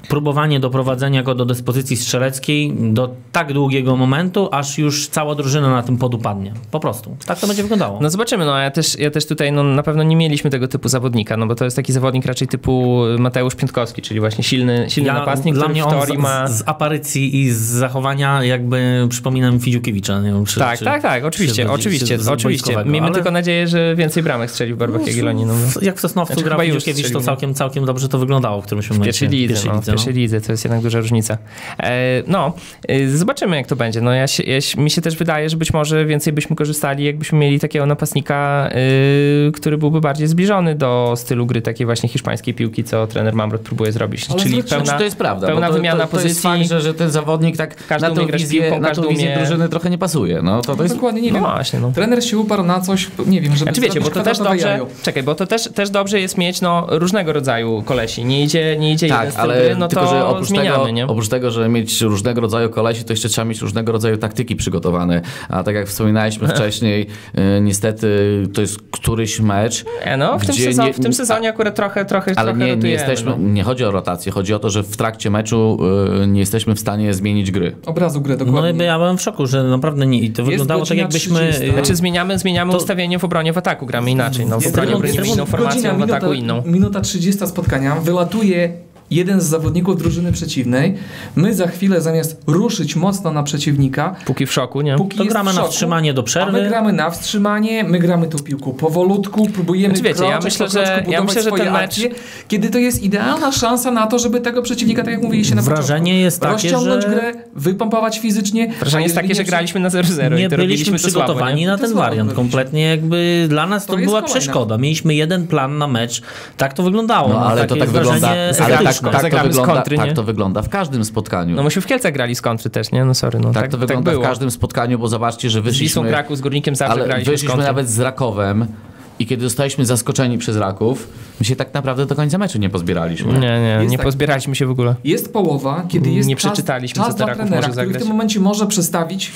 próbowanie doprowadzenia go do dyspozycji strzeleckiej, do tak długiego momentu, aż już cała drużyna na tym podupadnie. Po prostu. Tak to będzie wyglądało.
No zobaczymy, no ja też, ja też tutaj no, na pewno nie mieliśmy tego typu zawodnika, no bo to jest taki zawodnik raczej typu Mateusz Piątkowski, czyli właśnie silny, silny napastnik,
dla
który
mnie
w
on
teorii
z,
ma...
z aparycji i z zachowania jakby przypomina mi Fidziukiewicza. Nie wiem, czy,
tak,
czy,
tak, tak, oczywiście,
czy-
oczywiście,
czy z
oczywiście.
boiskowego,
Miejmy
ale-
tylko nadzieję, że więcej bramek strzelił Barba Jagiellonii, no bo...
w- Jak w Sosnowcu
Znaczy,
grał
chyba już
Fidziukiewicz, to
strzelił.
całkiem, całkiem dobrze to wyglądało w którymś
W
momencie.
pierwszej lidze, no, w pierwszej lidze, to jest jednak duża różnica. E, no, y, zobaczymy jak to będzie. No, ja się, ja się, mi się też wydaje, że być może więcej byśmy korzystali, jakbyśmy mieli takiego napastnika, y, który byłby bardziej zbliżony do stylu gry takiej właśnie hiszpańskiej piłki, co trener Mamrot próbuje zrobić.
Ale
Czyli
znaczy,
pełna,
Znaczy, to jest prawda.
pełna
bo to,
wymiana
to, to jest
pozycji.
fakt, że, że ten zawodnik tak
Każdy
na tą
umie grać
wizję,
piłką,
na
każdy
tą wizję
umie-
drużyny trochę nie pasuje. No, to, to jest...
Dokładnie nie
No
wiem.
właśnie, no.
Trener się uparł na coś, nie wiem, żeby
Znaczy wiecie, bo
zrobić
to też
kwadratowe
dobrze,
jajo.
czekaj, bo to też, też dobrze jest mieć no, różnego rodzaju kolesi. Nie idzie, nie idzie jeden
Tak,
styl
ale
gry, no
tylko,
to
że oprócz
zmieniamy,
tego,
nie?
oprócz tego, że mieć różnego rodzaju kolesi, to jeszcze trzeba mieć różnego rodzaju taktyki przygotowane. A tak jak wspominaliśmy wcześniej, y, niestety to jest któryś mecz,
E, no, w tym,
gdzie
sezon,
nie-
w tym sezonie akurat trochę, trochę,
ale
trochę
nie, nie
rotujemy,
jesteśmy,
no.
nie chodzi o rotację, chodzi o to, że w trakcie meczu y, nie jesteśmy w stanie zmienić gry.
Obrazu gry,
No
dokładnie.
i ja byłem w szoku, że naprawdę nie. I to wyglądało tak
godzina
jakbyśmy...
30.
Znaczy zmieniamy, zmieniamy ustawienie w obronie w ataku, gramy inaczej. No, w
Jest
obronie
trybun-
bronimy
trybun-
inną formacją, w ataku inną.
Minuta 30 spotkania, wylatuje jeden z zawodników drużyny przeciwnej. My za chwilę zamiast ruszyć mocno na przeciwnika,
Póki w szoku, nie?
póki
To
jest
gramy
w
na
szoku,
wstrzymanie
A
do
my
przerwy.
gramy na wstrzymanie, my gramy tu piłką powolutku, próbujemy
Znaczy, wiecie, ja
kroczek
myślę,
po kroczku
że- ja
budować
myślę, że
swoje
ten mecz-
akcje, kiedy to jest idealna szansa na to, żeby tego przeciwnika, tak jak mówiliście na początku,
Wrażenie jest takie,
rozciągnąć
że...
grę, wypompować fizycznie. a
Wrażenie jest
jeżeli
takie, że
nie przy-
graliśmy na 0-0
nie
i to
byliśmy
robiliśmy to słabo,
przygotowani
nie?
na
To
ten
słabo
wariant.
byliśmy.
Kompletnie jakby dla nas to,
To jest
była
kolejna.
przeszkoda. Mieliśmy jeden plan na mecz. Tak to wyglądało.
No, ale to
takie
tak wygląda,
wrażenie
ale tak,
statyczne.
tak, to
Zagramy z
wygląda,
kontry, nie?
tak to wygląda w każdym spotkaniu.
No myśmy w Kielcach grali z kontry też, nie? No sorry, no
tak,
tak,
to wygląda
było.
w każdym spotkaniu, bo zobaczcie, że
z Wisłą
wyszliśmy...
Kraków, z Górnikiem zawsze
Ale
graliśmy z
wyszliśmy
kontry.
nawet z Rakowem i kiedy zostaliśmy zaskoczeni przez Raków, my się tak naprawdę do końca meczu nie pozbieraliśmy.
Nie, nie,
Jest
nie
tak.
pozbieraliśmy się w ogóle.
Jest połowa, kiedy jest
Nie
czas,
przeczytaliśmy,
czas
co Teraków
dla trenera,
może
który w
zagrać.
tym momencie może przestawić,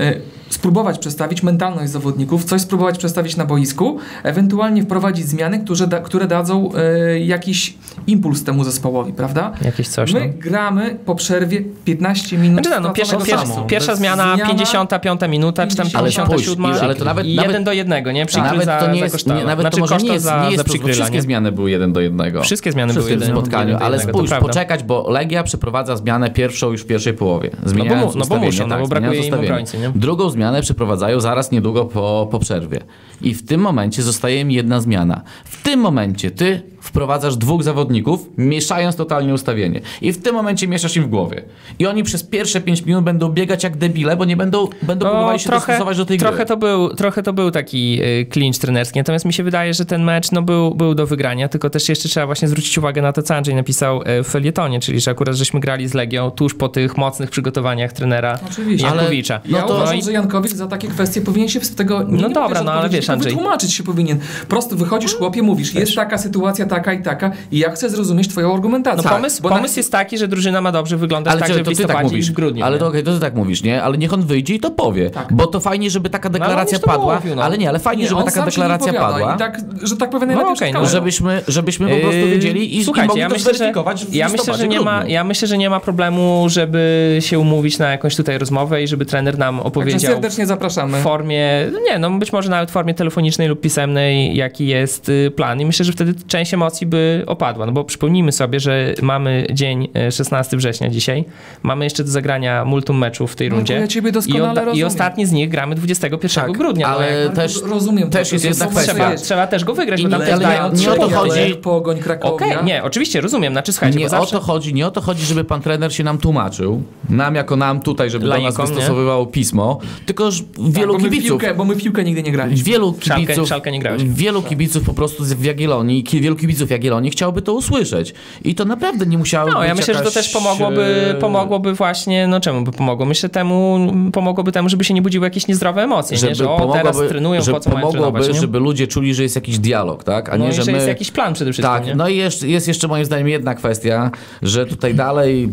e, spróbować przestawić mentalność zawodników, coś spróbować przestawić na boisku, ewentualnie wprowadzić zmiany, które, da, które dadzą e, jakiś impuls temu zespołowi, prawda?
Jakieś coś, no.
My gramy po przerwie 15 minut.
Znaczy, tak, no, pierwsza,
straconego
pierwsza,
czasu.
pierwsza
Bez
zmiana, 55 minuta, czy tam
50. Ale spójrz,
57,
Ile- ale to nawet-
1
nawet-
do 1, nie? Przykry
nawet
za,
to nie
za
jest,
Kosztala.
nie, nawet
znaczy,
to może
koszta
nie jest,
za,
nie
za
jest
przykryla,
wszystkie
nie? No.
zmiany były jeden do jednego.
Wszystkie zmiany
Wszystkie
były
w tym
jeden
spotkaniu,
jeden do
ale
jednego, to
spójrz,
prawda.
poczekać, bo Legia przeprowadza zmianę pierwszą już w pierwszej połowie.
No bo,
Zmieniając
mu- no bo
ustawienie,
muszą, no
tak,
bo brakuje
zmieniając
im
ustawienie.
obrońcy, nie?
Drugą zmianę przeprowadzają zaraz niedługo po, po przerwie. I w tym momencie zostaje im jedna zmiana. W tym momencie ty wprowadzasz dwóch zawodników, mieszając totalnie ustawienie. I w tym momencie mieszasz im w głowie. I oni przez pierwsze pięć minut będą biegać jak debile, bo nie będą, będą próbowali się dostosować do tej
No, trochę
gry.
To był, trochę to był taki y, clinch trenerski, natomiast mi się wydaje, że ten mecz no, był, był do wygrania, tylko też jeszcze trzeba właśnie zwrócić uwagę na to, co Andrzej napisał y, w felietonie, czyli że akurat żeśmy grali z Legią tuż po tych mocnych przygotowaniach trenera
Oczywiście.
Jankowicza.
No
Ja
to-
uważam,
i-
że Jankowicz za takie kwestie powinien się z tego nie,
No
nie
dobra,
powinien
no ale
odpowiedzieć,
wiesz,
tylko
Andrzej-
Wytłumaczyć się powinien. Prosto wychodzisz, chłopie, mówisz, jest taka sytuacja, taka i taka i ja chcę zrozumieć twoją argumentację.
No
Tak,
pomysł,
bo
pomysł jest taki, że drużyna ma dobrze wyglądać tak,
czekaj,
że w listopadzie
mówisz.
i w grudniu.
ale
nie?
to, okej, to ty tak mówisz, nie? Ale niech on wyjdzie i to powie.
Tak.
Bo to fajnie, żeby taka
ale on
deklaracja
już to
padła.
mówił, no.
Ale nie, ale fajnie,
Nie,
żeby
on
taka
sam się nie
deklaracja
wypowiada
padła.
I tak, że tak powiem, najlepiej
okej,
przed
no,
kamerą.
Żebyśmy, żebyśmy po prostu
Yy,
wiedzieli i,
słuchajcie,
i
ja
mogli
myślę,
to
że,
zweryfikować w
ja myślę, że
listopadzie,
nie ma,
grudniu.
ja myślę, że nie ma problemu, żeby się umówić na jakąś tutaj rozmowę i żeby trener nam
Także
opowiedział
Tak, serdecznie zapraszamy.
w formie, nie no być może nawet w formie telefonicznej lub pisemnej, jaki jest y, plan i myślę, że wtedy część emocji by opadła, no bo przypomnijmy sobie, że mamy dzień y, 16 września dzisiaj, mamy jeszcze do zagrania multum meczów w tej
Marku,
No,
rundzie
ja ciebie
i,
doskonale
i
rozumiem.
ostatni z nich gramy 21
Tak,
grudnia, ale no,
ale
jak,
Marku,
też,
rozumiem
też
to,
jest
to
jedna
są moje
kwestia.
trzeba,
rzeczy.
trzeba też go wygrać, bo
I-
tam też
ale ja-
dają
nie
trzy
o to
punkty.
chodzi.
Pogoń Krakowia.
Okej, nie, oczywiście, rozumiem, znaczy słuchajcie,
nie
bo zawsze...
o to chodzi, nie o to chodzi, żeby pan trener się nam tłumaczył, nam jako nam tutaj, żeby do
Laikom,
nas
nie?
wystosowywał pismo, tylko że wielu
tak, bo, my w
kibiców.
piłkę, bo my w piłkę nigdy nie graliśmy.
Wielu
Szalkę-
kibiców,
szalkę nie grałeś. No.
wielu kibiców po prostu z w Jagiellonii, ki- wielu kibiców Jagiellonii chciałoby to usłyszeć. I to naprawdę nie musiało
No,
być
ja myślę, że to
jakaś,
też pomogłoby,
e,
pomogłoby właśnie, no czemu by pomogło? Myślę temu, pomogłoby temu, żeby się nie budziły jakieś niezdrowe emocje, nie? że o, teraz
pomogłoby-
trenują,
że
po co mają
pomogłoby,
trenować, nie?
żeby ludzie czuli, że jest jakiś dialog, tak? A
no
nie,
i
że
że
my...
jest jakiś plan przede wszystkim,
Tak,
nie?
no i jest, jest jeszcze moim zdaniem jedna kwestia, że tutaj dalej,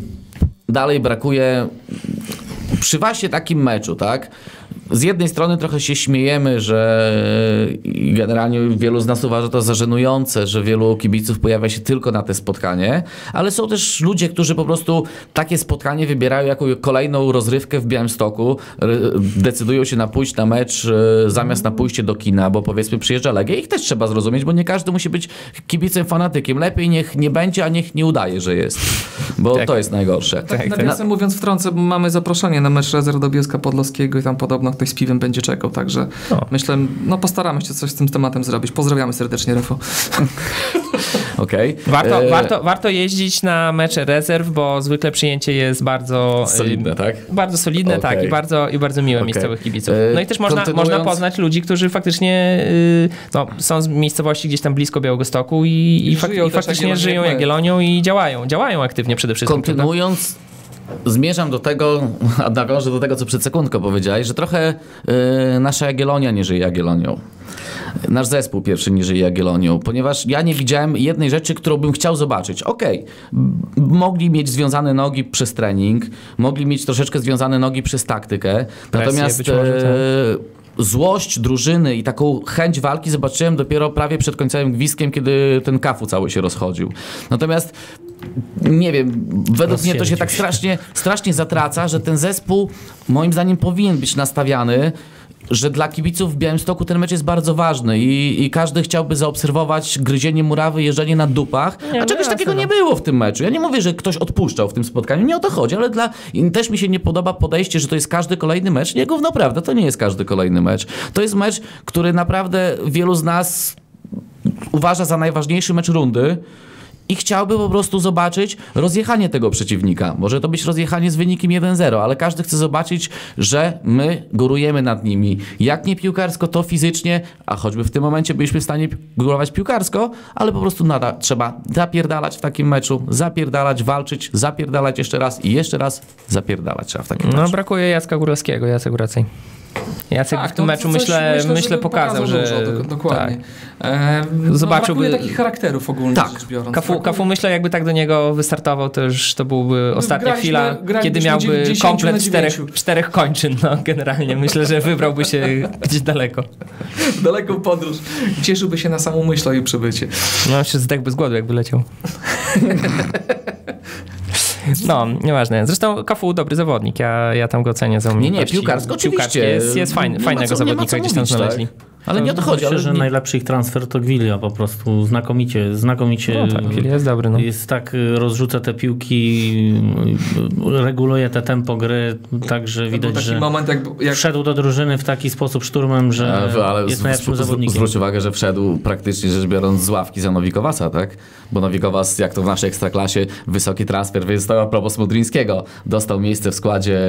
dalej brakuje przy właśnie takim meczu, tak? Z jednej strony trochę się śmiejemy, że e, i generalnie wielu z nas uważa to za żenujące, że wielu kibiców pojawia się tylko na te spotkanie, ale są też ludzie, którzy po prostu takie spotkanie wybierają jako kolejną rozrywkę w Białymstoku, r- decydują się na pójść na mecz e, zamiast na pójście do kina, bo powiedzmy przyjeżdża Legia. Ich też trzeba zrozumieć, bo nie każdy musi być kibicem, fanatykiem. Lepiej niech nie będzie, a niech nie udaje, że jest, bo
Tak.
to jest najgorsze.
Tak, tak.
Nawiasem mówiąc, wtrącę, bo mamy zaproszenie na mecz rezerw do Bielska Podlaskiego i tam podobno ktoś z piwem będzie czekał, także
O.
myślę, no postaramy się coś z tym tematem zrobić. Pozdrawiamy serdecznie, Rafał.
Okej.
Warto,
E,
warto, warto jeździć na mecze rezerw, bo zwykle przyjęcie jest bardzo y,
Solidne, tak?
Bardzo solidne,
Okej.
tak, i bardzo, i bardzo miłe
Okej.
miejscowych kibiców.
E,
No i też można,
kontynuując-
można poznać ludzi, którzy faktycznie y, no, są z miejscowości gdzieś tam blisko Białogostoku i, i,
I
fak,
żyją
i
też
faktycznie
Jagiellonią
żyją
jak my.
Jagiellonią i działają. Działają aktywnie przede wszystkim. prawda?
Kontynuując, zmierzam do tego, a nawiążę do tego, co przed sekundką powiedziałeś, że trochę y, nasza Jagiellonia nie żyje Jagiellonią. Nasz zespół pierwszy nie żyje Jagiellonią, ponieważ ja nie widziałem jednej rzeczy, którą bym chciał zobaczyć. Okej, m- mogli mieć związane nogi przez trening, mogli mieć troszeczkę związane nogi przez taktykę,
Presję
natomiast
być może,
e,
tak.
złość drużyny i taką chęć walki zobaczyłem dopiero prawie przed końcowym gwizdkiem, kiedy ten kafu cały się rozchodził. Natomiast nie wiem, według mnie to się
Rozsierdził
tak
się.
strasznie, strasznie zatraca, że ten zespół moim zdaniem powinien być nastawiany, że dla kibiców w Białymstoku ten mecz jest bardzo ważny i, i każdy chciałby zaobserwować gryzienie murawy, jeżdżenie na dupach,
Nie,
a
no
czegoś
jasne,
takiego
no.
nie było w tym meczu. Ja nie mówię, że ktoś odpuszczał w tym spotkaniu, nie o to chodzi, ale dla, i też mi się nie podoba podejście, że to jest każdy kolejny mecz. Nie, gówno prawda, to nie jest każdy kolejny mecz. To jest mecz, który naprawdę wielu z nas uważa za najważniejszy mecz rundy i chciałby po prostu zobaczyć rozjechanie tego przeciwnika. Może to być rozjechanie z wynikiem 1-0, ale każdy chce zobaczyć, że my górujemy nad nimi. Jak nie piłkarsko, to fizycznie, a choćby w tym momencie byliśmy w stanie pi- górować piłkarsko, ale po prostu nada, trzeba zapierdalać w takim meczu, zapierdalać, walczyć, zapierdalać jeszcze raz i jeszcze raz zapierdalać trzeba w takim
No
meczu.
brakuje Jacka Góralskiego, Jacek Racej. Jacek w tym
no,
meczu
coś
myślę,
że
myślę pokazał, że...
dużo, dok- dokładnie.
Tak.
E,
Zobaczyłby-
No, brakuje takich charakterów ogólnie
Tak.
rzecz biorąc.
Kafu,
Brakuje-
Kafu myślę, jakby tak do niego wystartował, to już to
No,
byłby ostatnia
Graliśmy-
chwila,
gralibyśmy
kiedy miałby
90 na
komplet
9.
czterech, czterech kończyn. No, generalnie myślę, że wybrałby się gdzieś daleko.
Daleką podróż. Cieszyłby się na samą myśl o jej przybycie.
No, się zdechłby z głodu, jakby leciał. No, nieważne. Zresztą Kafu dobry zawodnik, ja, ja tam go cenię za
nie,
umiejętności.
piłkarsko
Piłkarski
oczywiście.
Jest, jest fajny,
Nie ma
fajnego
co- nie ma co
zawodnika gdzieś tam
mówić, tak.
znaleźli.
Ale nie o to chodzi,
Myślę,
ale
że
nie,
najlepszy ich transfer to Gwilia po prostu. Znakomicie, znakomicie.
No
Mm.
tak, Gil jest dobry, no.
Jest tak, y, rozrzuca te piłki, y, y, reguluje te tempo gry, także
To był
widać,
taki
że
moment, jak, jak
wszedł do drużyny w taki sposób szturmem,
E,
że
Ale, E, ale
jest
z-
najlepszym
z-
zawodnikiem.
Zwróć uwagę, że wszedł praktycznie rzecz biorąc z ławki za Nowikowasa, tak? Bo Nowikowas, jak to w naszej ekstraklasie, wysoki transfer, więc to a propos Modryńskiego. Dostał miejsce w składzie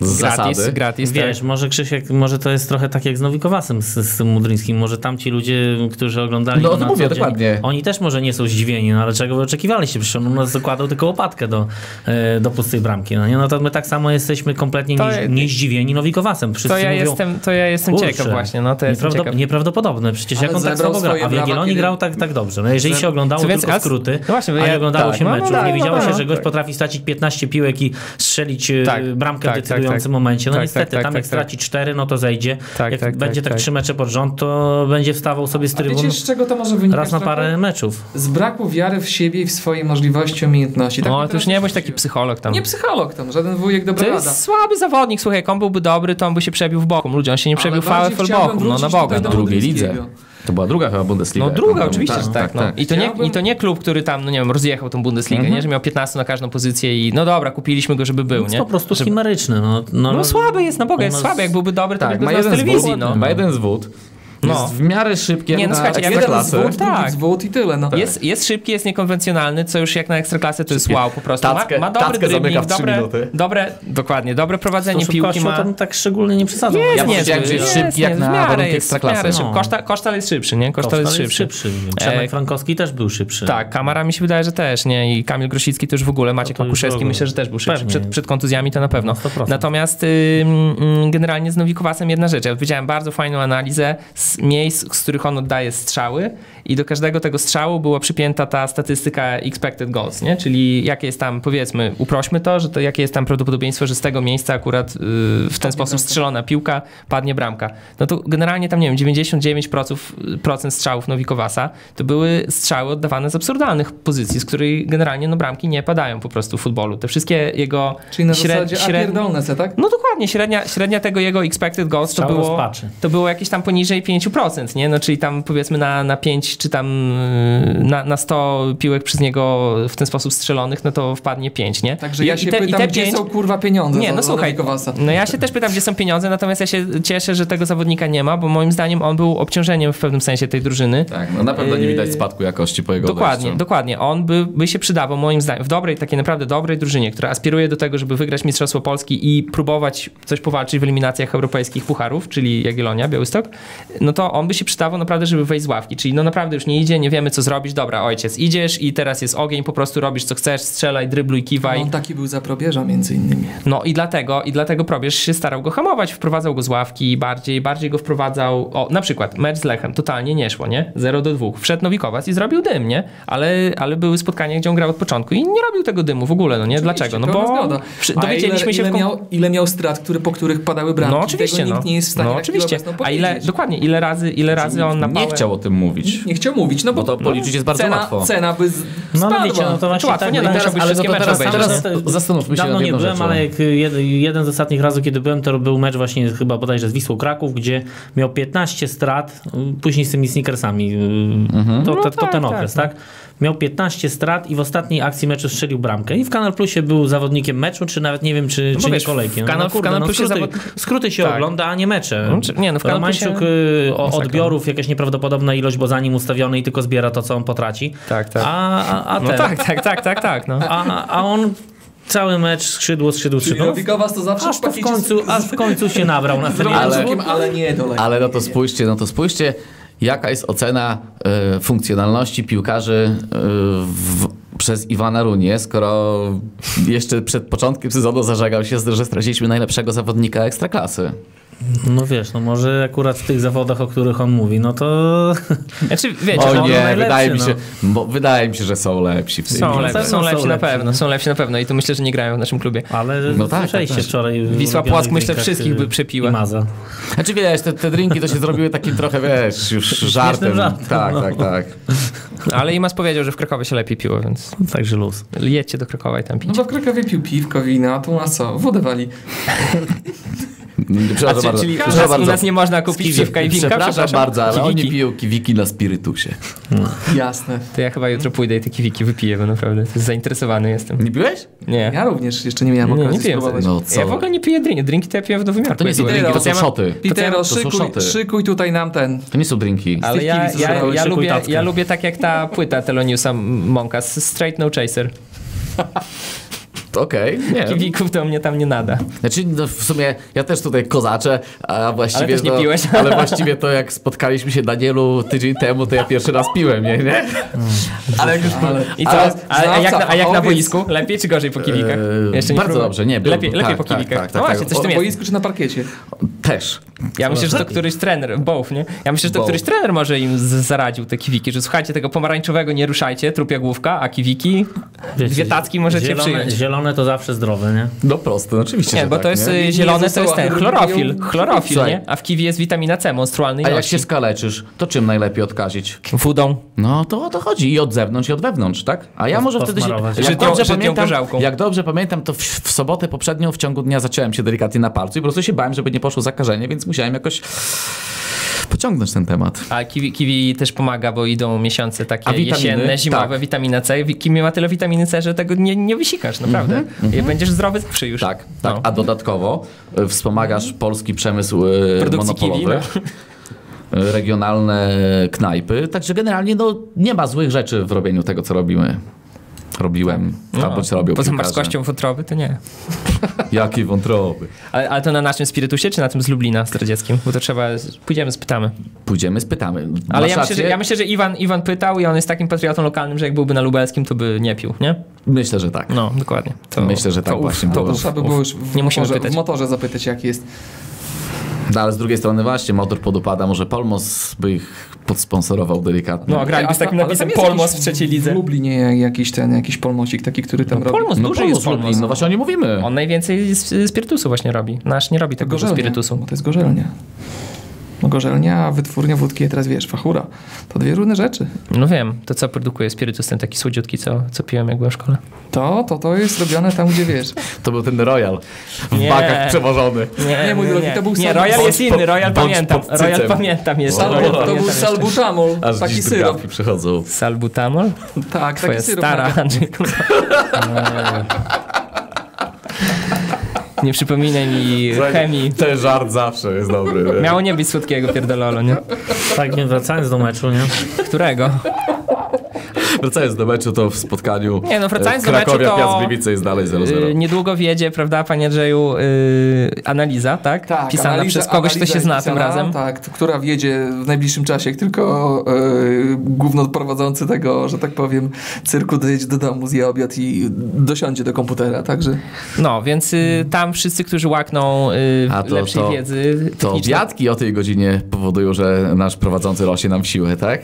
z
Gratis,
zasady.
gratis. tak.
Wiesz, może Krzysiek, może to jest trochę tak jak z Nowikowasem, z, z tym Mudryńskim, może tamci ludzie, którzy oglądali
No,
go
to
na
mówię,
co dzień,
dokładnie.
Oni też może nie są zdziwieni, no ale czego wy oczekiwaliście? Przecież on u nas zakładał tylko łopatkę do, e, do pustej bramki, no nie? No to my tak samo jesteśmy kompletnie
To
nie,
ja-
nie zdziwieni Nowikowasem. Wszyscy
To ja,
mówią,
jestem, to ja jestem
"Kurczę,
ciekaw właśnie, no to ja jestem
nieprawodo-
ciekaw.
Nieprawdopodobne, przecież
Ale
jak on tak
zebrał
słowo gra,
swoje
a w
brawa,
Jagiellonii
kiedy-
grał tak, tak dobrze. No jeżeli
Zeb-
się oglądało
Co więcej,
tylko
a-
skróty,
no właśnie,
a
ja-
nie oglądało
tak,
się
no, no,
meczów,
no,
nie
no,
widziało
no,
się,
no,
że gość
tak.
potrafi stracić 15 piłek i strzelić e,
Tak,
bramkę
tak,
w
tak,
decydującym
tak.
momencie. No
Tak,
niestety,
tak, tak,
tam jak
tak, tak.
straci 4, no to zejdzie.
Tak,
jak
tak,
będzie
tak,
tak
tak.
3 mecze pod rząd, to będzie wstawał sobie z
A
trybun
wiecie, z czego to może wynikać?
raz na
trochę?
parę meczów.
Z braku wiary w siebie i w swoje możliwości, umiejętności. Tak
No,
mi
ale to już
teraz
nie bądź taki
rzuciło.
psycholog tam.
Nie psycholog tam, żaden wujek dobra
To
rada.
jest słaby zawodnik, słuchaj, jak on byłby dobry, to on by się przebił w Bochum. Ludzie, on się nie
Ale
przebił
bardziej
VfL
chciałbym
Bochum, no na
wrócić
Boga.
tutaj
No.
do-
Drugiej lidze. To była druga chyba Bundesliga.
No
jak
druga,
pamiętam.
oczywiście, że tak. no. I, to nie,
Chciałbym-
I to nie klub, który tam, no nie wiem, rozjechał tą Bundesligę, nie? że miał 15 na każdą pozycję i no dobra, kupiliśmy go, żeby był,
Jest
nie?
po prostu
żeby...
chimeryczny. No, no,
No słaby jest, na Boga jest
No,
słaby, jak byłby dobry, to
Tak,
tak, by
ma
go znał z
jeden
telewizji,
zwód,
no.
ma jeden zwód.
No.
Jest w miarę
Nie,
szybki
no
jak na
słuchajcie, jak
Jeden
ekstraklasę.
zwód, drugi
Tak.
zwód i tyle. No.
Jest, jest szybki, jest niekonwencjonalny, co już jak na ekstraklasę to jest wow po prostu.
Tackę-
ma, ma dobry
tackę zamyka w
dribbling,
trzy
dobre,
minuty.
dobre, dokładnie, dobre prowadzenie piłki
piłki
ma.
tam tak szczególnie nie przesadzał.
Ja
nie,
powiedziałem, że jest
jest,
szybki jak
jest,
na
w miarę
warunki
jest, w
Ekstraklasy.
miarę szybki.
No.
Koszta, kosztal jest szybszy, nie? Kosztal,
Kosztal
jest
jest
szybszy.
szybszy. Przemek
E,
Frankowski też był szybszy.
Tak, Kamara mi się wydaje, że też, nie? I Kamil Grosicki też w ogóle, Maciek
No to już w
Makuszewski
ogóle.
myślę, że też był szybszy.
Pewnie.
Przed, przed kontuzjami to na pewno.
100%.
Natomiast ym, ym, generalnie z Nowikowasem jedna rzecz. Ja widziałem bardzo fajną analizę z z miejsc, z których on oddaje strzały i do każdego tego strzału była przypięta ta statystyka expected goals, nie? czyli jakie jest tam, powiedzmy, uprośmy to, że to jakie jest tam prawdopodobieństwo, że z tego miejsca akurat y, w ten sposób strzelona piłka, padnie bramka. No to generalnie tam, nie wiem, 99% y, procent strzałów Nowikowasa to były strzały oddawane z absurdalnych pozycji, z której generalnie no, bramki nie padają po prostu w futbolu. Te wszystkie jego
Czyli na
śred-
zasadzie a
średnie-
pierdolne se, tak?
no dokładnie, średnia, średnia tego jego expected goals to
Strzał
było,
rozpaczy.
to było jakieś tam poniżej 5%, nie? No czyli tam powiedzmy na, na 5 czy tam yy, na, na 100 piłek przez niego w ten sposób strzelonych, no to wpadnie 5, nie?
Także
I-
ja
i
się
te- i
pytam,
te
gdzie
pięć-
są kurwa pieniądze
nie,
za,
no
za
słuchaj,
Nowikowasa?
no ja się też pytam, gdzie są pieniądze, natomiast ja się cieszę, że tego zawodnika nie ma, bo moim zdaniem on był obciążeniem w pewnym sensie tej drużyny.
Tak, no na pewno nie widać spadku jakości po jego
Yy, Dokładnie,
odejściu.
dokładnie. On by, by się przydawał, moim zdaniem, w dobrej, takiej naprawdę dobrej drużynie, która aspiruje do tego, żeby wygrać Mistrzostwo Polski i próbować coś powalczyć w eliminacjach europejskich pucharów, czyli Jagiellonia, Białystok, no to on by się przydawał naprawdę, żeby wejść z ławki. Czyli no naprawdę już nie idzie, nie wiemy co zrobić, dobra ojciec, idziesz i teraz jest ogień, po prostu robisz co chcesz, strzelaj, drybluj, kiwaj.
On taki był za probierza między innymi.
No i dlatego, i dlatego probierz się starał go hamować, wprowadzał go z ławki, bardziej, bardziej go wprowadzał. O, na przykład mecz z Lechem totalnie nie szło, nie? 0 do 2. Wszedł Nowikowac i zrobił dym, nie? Ale, ale były spotkania, gdzie on grał od początku i nie robił tego dymu w ogóle, no nie? Dlaczego? No
Pełna
bo
zgoda.
przy-
A
dowiedzieliśmy
ile,
się
ile,
w kom-
miał, ile miał strat, który, po których padały bramki.
No oczywiście,
Tego
no.
nikt nie jest w stanie
no
na chwilę
oczywiście.
obecną
A ile,
powiedzieć.
dokładnie, ile razy, ile razy on na
Nie chciał o tym mówić.
Nie chciał mówić, no bo,
Bo to policzyć jest bardzo
cena,
łatwo.
cena by z,
No
spadła.
ale wiecie, no to właśnie
łatwo,
tak,
nie, no
wydaje-
musiałbyś
ale
wszystkie
to- to
mecze
teraz-
obejrzeć.
teraz-
Zastanówmy się
Dawno
nad
nie
jedną
byłem,
rzeczą.
ale jak jeden, jeden z ostatnich razów, kiedy byłem, to był mecz właśnie chyba bodajże z Wisłą Kraków, gdzie miał 15 strat, y, później z tymi sneakersami, y, to, to, to
tak,
ten
tak,
okres, tak? Miał 15 strat i w ostatniej akcji meczu strzelił bramkę. I w Kanal Plusie był zawodnikiem meczu, czy nawet nie wiem, czy,
No
czy
wiesz,
nie kolejki.
w Kanal- w Kanal Plusie
no skróty,
zawod-
skróty się
Tak.
ogląda, a nie mecze.
No, czy- nie, no w Kanal Plusie-
Romańczuk y, o-
Masakra.
odbiorów, jakaś nieprawdopodobna ilość, bo za nim ustawiony i tylko zbiera to, co on potraci.
Tak, tak.
A, a, a
No
ten,
tak, tak, tak, tak, tak, no.
a, a on cały mecz skrzydło, skrzydło,
Czyli
skrzydło.
Nowikowas to zawsze
no. Aż to w
pakiecie z-
końcu, aż w końcu się nabrał na
z
ten
ale,
Ale-
ale nie dole.
Ale no to spójrzcie, no to spójrzcie, jaka jest ocena e, funkcjonalności piłkarzy e, w, przez Iwana Runię, skoro jeszcze przed początkiem sezonu zażegał się, że straciliśmy najlepszego zawodnika ekstraklasy.
No wiesz, no może akurat w tych zawodach, o których on mówi, no to...
Znaczy, wiecie,
że
O
on
nie,
najlepszy,
wydaje mi się,
no.
bo wydaje mi się, że są lepsi w tej
są
lidze.
lepsi,
są
są lepsi na
lepsi,
pewno,
no.
są lepsi na pewno i to myślę, że nie grają w naszym klubie.
Ale
No tak,
słyszeliście
tak, tak.
wczoraj...
Wisła
ulubionych
Płock, myślę,
drinkach,
wszystkich
y,
by przepiła.
i Maza.
Znaczy wiesz, te, te drinki to się zrobiły takim trochę, wiesz, już żartem.
żartem,
tak,
no.
tak, tak.
Ale Imas powiedział, że w Krakowie się lepiej piło, więc
Także luz.
jedźcie do Krakowa i tam
No
pijcie.
bo w Krakowie pił piwko, wina, a tu nas co? Wodę wali.
Przepraszam
A czy-
bardzo.
czyli u
przepraszam
nas, u nas nie można kupić
Skiwi-
piwka i winka?
Przepraszam bardzo, ale oni
Kiwiki.
piją kiwiki na spirytusie.
Jasne.
To ja chyba jutro pójdę i te kiwiki wypiję, bo naprawdę zainteresowany jestem.
Nie piłeś?
Nie.
Ja również jeszcze nie miałem
Nie, nie
okazji
piłem
spróbować.
No co?
Ja w ogóle nie piję drinki, drinki to ja piję w dowymiarku.
To nie są
jak byłem.
drinki, to
Ja
są
mam-
szoty.
Pitero,
to są
szykuj,
szoty.
szykuj tutaj nam ten.
To nie są drinki.
Ale ja,
kiwi, co
ja,
zrobiłeś,
ja,
szykuj
lubię,
tackę.
ja lubię tak jak ta płyta Teloniusa Monka, Straight No Chaser.
Okej, nie.
Kiwików to mnie tam nie nada.
Znaczy, no w sumie ja też tutaj kozaczę, a właściwie.
też nie
no,
piłeś.
ale właściwie to jak spotkaliśmy się Danielu tydzień temu, to ja pierwszy raz piłem, nie? nie? Ale jak już
Ale
I co?
Ale
A, a jak, na, a jak na
znawca,
boisku? Lepiej czy gorzej po kiwikach?
Eee,
Jeszcze nie
bardzo
próbowałem.
dobrze, nie, był-
Lepiej,
tak,
lepiej po
tak,
kiwikach.
tak,
no
tak,
właśnie,
tak.
coś w
o
tym jest.
boisku czy na parkiecie?
Też.
Ja myślę, że to któryś trener, both, nie? Ja myślę, że to
Both.
któryś trener może im z- zaradził te kiwiki, że słuchajcie, tego pomarańczowego nie ruszajcie, trupia główka, a kiwiki, dwie tacki możecie
zielone,
przyjąć.
Zielone to zawsze zdrowe, nie?
No proste, oczywiście.
Nie,
że
bo
tak,
to jest
Nie?
y, zielone, to
została
jest ten
drugią-
chlorofil, chlorofil,
Słuchaj.
nie? A w kiwi jest witamina C, monstrualnej
A jak się
ilości.
skaleczysz, to czym najlepiej odkazić?
Wodą.
No to o to chodzi i od zewnątrz, i od wewnątrz, tak? A ja może wtedy się.
posmarować.
Jak
Żytnią-
dobrze,
żytnią
pamiętam,
gorzałką.
jak dobrze pamiętam, to w, w sobotę poprzednią w ciągu dnia zaciąłem się delikatnie na palcu i po prostu się bałem, żeby nie poszło zakażenie, więc musiałem jakoś pociągnąć ten temat.
A kiwi, kiwi też pomaga, bo idą miesiące takie
A witaminy?
jesienne, zimowe,
Tak.
witamina C. Wi- Kiwi ma tyle witaminy C, że tego nie, nie wysikasz, naprawdę. I Będziesz zdrowy zawsze już.
Mhm, Tak, tak.
No. Mhm.
A dodatkowo y, wspomagasz polski przemysł y,
Produkcji
monopolowy.
no.
y, Regionalne knajpy, także generalnie no, nie ma złych rzeczy w robieniu tego, co robimy. Robiłem, albo co robił
No, Poza
piłkarze.
marskością wątroby, to nie.
Jakie wątroby.
Ale, ale to na naszym spirytusie, czy na tym z Lublina, z Radzieckim? Bo to trzeba, pójdziemy, spytamy.
Pójdziemy, spytamy.
Ale
Masz
ja myślę,
rację?
że, ja myślę, że Iwan, Iwan pytał i on jest takim patriotą lokalnym, że jak byłby na lubelskim, to by nie pił, nie?
Myślę, że tak.
No, dokładnie. To,
Myślę, że tak
to uf,
właśnie
to
było.
uf,
Trzeba by
uf.
było już w,
Nie musimy
motorze,
pytać.
w motorze zapytać, jak jest.
No, ale z drugiej strony właśnie motor podupada, może Polmos by ich podsponsorował delikatnie.
No, a graliby z takim
Ale tam
napisem
jest
Polmos
jakiś
w trzeciej lidze.
W Lublinie jakiś ten, jakiś polmosik taki, który tam robi.
Polmos,
no
dużo jest
Polmos,
Polmos.
No właśnie o nim mówimy.
On najwięcej z- spirytusu właśnie robi. Nasz nie robi
To
tak dużo
gorzelnia,
spirytusu.
bo to jest gorzelnia. No gorzelnia, a wytwórnia wódki, teraz wiesz, fachura. To dwie różne rzeczy.
No wiem, to co produkuje spirytus, ten taki słodziutki, co, co piłem jak byłem w szkole.
To, to, to jest robione tam, gdzie wiesz.
To był ten Royal w
Nie.
bakach przewożony.
Nie, mój drogi, to był
Nie,
sam-
Royal
bądź
jest inny, Royal
bądź
pamiętam.
pod
Royal
cycem.
pamiętam jeszcze.
Salbu,
Royal
to
pamiętam
był
jeszcze.
salbutamol,
Aż
taki
dziś
syrop.
drgawki przychodzą.
Salbutamol?
Tak,
Twoja
taki syrop.
stara,
na-
Andrzej. kurwa. Nie przypominaj mi chemii.
Ten żart zawsze jest dobry.
Miało nie być słodkiego pierdololo, nie?
Tak, nie wracając do meczu, nie?
Którego?
Wracając do meczu, to w spotkaniu
Nie, no, wracając
e,
do meczu,
Krakowia
to-
Piast Gliwice jest dalej 0-0.
Yy, niedługo wjedzie, prawda, panie Andrzeju, yy, analiza, tak?
Tak,
pisana
analiza-
przez kogoś, kto
analiza
się zna
pisana,
tym razem.
Tak, t- która wjedzie w najbliższym czasie, jak tylko e, gówno prowadzący tego, że tak powiem, cyrku dojedzie do domu, zje obiad i dosiądzie do komputera, także...
No, więc
Mm.
y, tam wszyscy, którzy łakną y,
A to-
lepszej
to-
wiedzy
To
technicznej,
obiadki o tej godzinie powodują, że nasz prowadzący rośnie nam siłę, tak?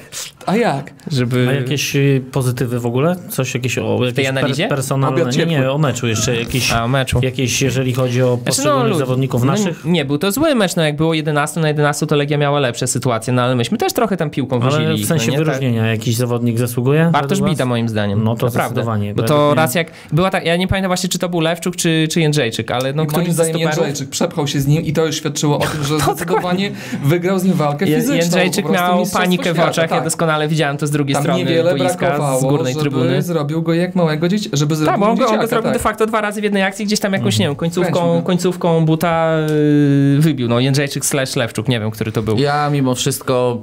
A jak?
żeby...
A jakieś y, pozytywy w ogóle? Coś jakieś o jakieś
analizie?
personalne?
Obiad
Nie,
ciepły.
nie, o meczu jeszcze jakieś,
A, o meczu.
jakieś jeżeli chodzi o
Znaczy,
poszczególnych
lud-
zawodników
no,
naszych.
Nie, był to zły mecz, no jak było 11 na 11, to Legia miała lepsze sytuacje, no ale myśmy też trochę tam piłką
Ale
wozili.
w
ich,
sensie
no, nie? Tak.
wyróżnienia jakiś zawodnik zasługuje?
Bartosz
według was?
Bida moim zdaniem.
No to
Naprawdę.
zdecydowanie.
Bo
Według
to
mnie-
raz jak... Była tak, ja nie pamiętam właśnie, czy to był Lewczuk, czy, czy Jędrzejczyk, ale no
I
któryś
moim
z
zdaniem
stoperów...
Jędrzejczyk przepchał się z nim i to już świadczyło o tym, że zdecydowanie wygrał z nim walkę
Je-
fizyczną.
Jędrzejczyk
po prostu
miał
mistrzostwo
panikę w
świata,
oczach, ja
tak.
doskonale widziałem to z drugiej
Tam
strony
niewiele
boiska, z
brakowało,
górnej
żeby
trybuny.
zrobił go jak małego dzieci, żeby zrobił
Tak, bo on go, on
dzieciaka,
go zrobił
tak. Mhm.
de facto dwa razy w jednej akcji, gdzieś tam jakąś, nie wiem,
Kręcił tak.
końcówką,
go.
końcówką buta yy, wybił. No Jędrzejczyk slash Lewczuk, nie wiem, który to był.
Ja mimo wszystko...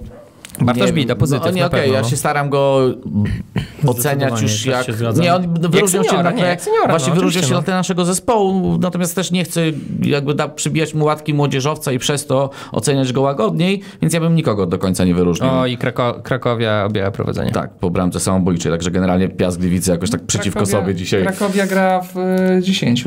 Bartosz
nie wiem,
Bida, pozytyw
no, nie,
na
okej,
pewno. tak
ja się staram go oceniać już
Zdecydowanie,
jak...
też się zgadzam.
Nie, on wyróżniał się
seniora,
na
nie,
tle,
jak seniora,
właśnie
no,
wyróżniał
oczywiście,
się
no.
na tle naszego zespołu, natomiast też nie chcę jakby da, przybijać mu łatki młodzieżowca i przez to oceniać go łagodniej, więc ja bym nikogo do końca nie wyróżnił.
O i Krako- Krakowia objęła prowadzenie.
Tak, po bramce samobójczej, także generalnie Piast Gliwice jakoś tak przeciwko
Krakowia-
sobie dzisiaj.
Tak.
Krakowia gra w e, 10.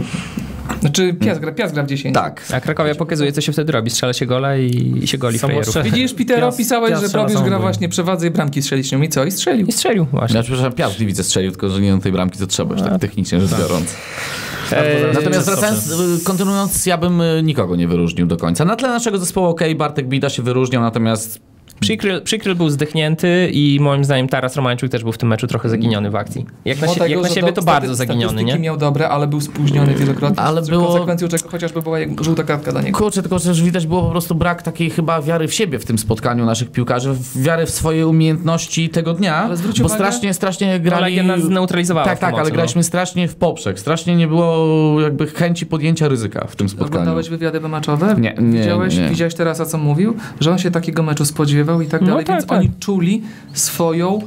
Znaczy Piast gra, Piast gra w 10.
Tak.
A Krakowia pokazuje, co się wtedy robi. Strzela się gola i, i się goli
Są
frajerów.
ostre-
Widzisz, Pitero,
Piast-
pisałeś,
Piast
że robisz
strzela
gra
samobój.
właśnie przewadze i bramki strzelić nią i co? I strzelił.
I strzelił właśnie.
Ja
Znaczy-
przepraszam, Piast Gliwice strzelił, tylko że nie na tej bramki to trzeba, już tak technicznie rzecz biorąc.
Eee,
Natomiast wracając, y, kontynuując, ja bym y, nikogo nie wyróżnił do końca. Na tle naszego zespołu ok, Bartek Bida się wyróżniał, natomiast
Przykryl, przykryl był zdechnięty i moim zdaniem Taras Romańczuk też był w tym meczu trochę zaginiony w akcji. Jak na,
Mimo
sie,
tego,
jak na
że
siebie
do-
to bardzo
staty-
zaginiony,
statystyki
nie?
miał dobre, ale był spóźniony wielokrotnie,
Ale
ale
było-
było... konsekwencją czego chociażby była jak- żółta kartka dla niego.
kurczę, tylko też widać było po prostu brak takiej chyba wiary w siebie w tym spotkaniu naszych piłkarzy, w- wiary w swoje umiejętności tego dnia,
Ale zwróć
bo
uwagę-
strasznie, strasznie
No,
grali...
Legia nas zneutralizowała
Tak,
w no.
tak,
pomocy,
ale graliśmy strasznie w poprzek. Strasznie nie było jakby chęci podjęcia ryzyka w tym spotkaniu.
Oglądałeś wywiady meczowe?
Nie, nie,
widziałeś,
nie.
widziałeś teraz, co mówił? Że on się takiego meczu spodziewał i tak
No
dalej,
tak,
więc
tak.
oni czuli swoją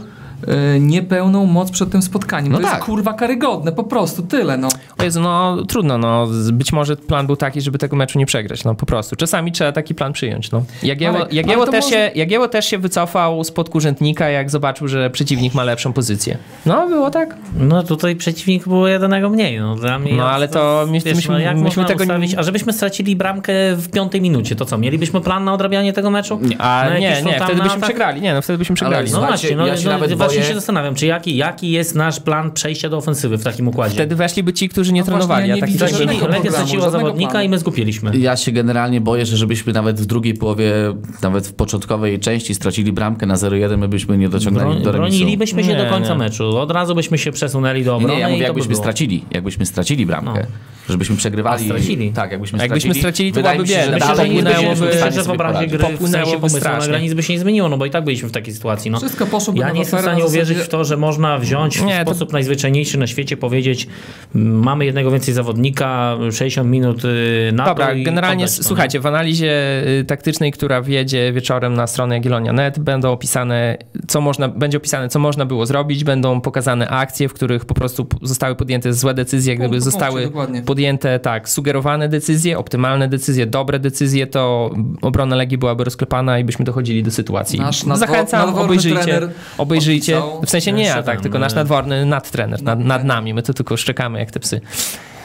e, niepełną moc przed tym spotkaniem.
No
to
tak.
jest kurwa karygodne, po prostu tyle, no.
O Jezu, no trudno, no. Z- Być może plan był taki, żeby tego meczu nie przegrać, no po prostu. Czasami trzeba taki plan przyjąć, no. Jagieło,
Marek,
Jagieło,
ale to
też,
może-
się, Jagieło też się wycofał spod kurzętnika, jak zobaczył, że przeciwnik ma lepszą pozycję. No, było tak.
No tutaj przeciwnik było jednego mniej. No, dla mnie,
No, ale to my-
wiesz,
myśmy-
no, jak
myśmy
można
tego nie-
ustawić, A żebyśmy stracili bramkę w piątej minucie, to co? Mielibyśmy plan na odrabianie tego meczu?
A
No,
Na jakiś
nie, nie,
frontalny
wtedy byśmy
atak?
przegrali. Nie, no wtedy byśmy przegrali.
No
Słuchajcie,
właśnie, no,
ja się
no,
nawet
właśnie
boję-
się zastanawiam, czy jaki, jaki jest nasz plan przejścia do ofensywy w takim układzie? tak,
Wtedy weszliby ci, którzy nie
No właśnie,
trenowali.
ja
a
nie
takich
widzę
też
Legia-
było.
żadnego
Legia
programu,
straciła
żadnego
zawodnika
planu.
i my zgupiliśmy.
Ja się generalnie boję, że żebyśmy nawet w drugiej połowie, nawet w początkowej części stracili bramkę na 0-1, my byśmy nie dociągnęli
Broń,
do remisu.
bronilibyśmy się
Nie,
do końca
nie.
meczu. Od razu byśmy się przesunęli do obrony
Nie, ja mówię,
i to by
jakbyśmy
było. No.
stracili, jakbyśmy stracili bramkę. Żebyśmy przegrywali.
A, stracili.
Tak, jakbyśmy stracili.
Jakbyśmy stracili, to
Wydaje
byłaby
mi się, że
bieda.
Myślę, że
dalej
Dalej
nie
nie
byśmy
byśmy,
byliśmy
byłoby-
w
myślę,
stanie
że w
sobie
obrazie
poradzić.
gry w
Popłynęłoby
sensie pomysłu na
strasznie.
granic by się nie zmieniło, no bo i tak byliśmy w takiej sytuacji. No.
Wszystko poszło
Ja nie jestem w
no
stanie uwierzyć w to, że można wziąć
Nie, to-
w sposób najzwyczajniejszy na świecie, powiedzieć "M, mamy jednego więcej zawodnika, 60 minut y, na
Dobra,
to i
generalnie
oddać, no.
słuchajcie, w analizie y, taktycznej, która wjedzie wieczorem na stronę Jagiellonia.net będą opisane, co można, będzie opisane, co można było zrobić, będą pokazane akcje, w których po prostu p- zostały podjęte złe decyzje, jak
Punkt
gdyby
po punkcie,
zostały
dokładnie.
podjęte, tak, sugerowane decyzje, optymalne decyzje, dobre decyzje, to obrona Legii byłaby rozklepana i byśmy dochodzili do sytuacji.
Nasz nadwo-
Zachęcam,
nadworny
obejrzyjcie,
trener
obejrzyjcie,
podpisał-
w sensie nie
Jeszcze
ja, tak,
tam,
tylko nasz
y-
nadworny nadtrener nad, nad nami, my to tylko szczekamy jak te psy.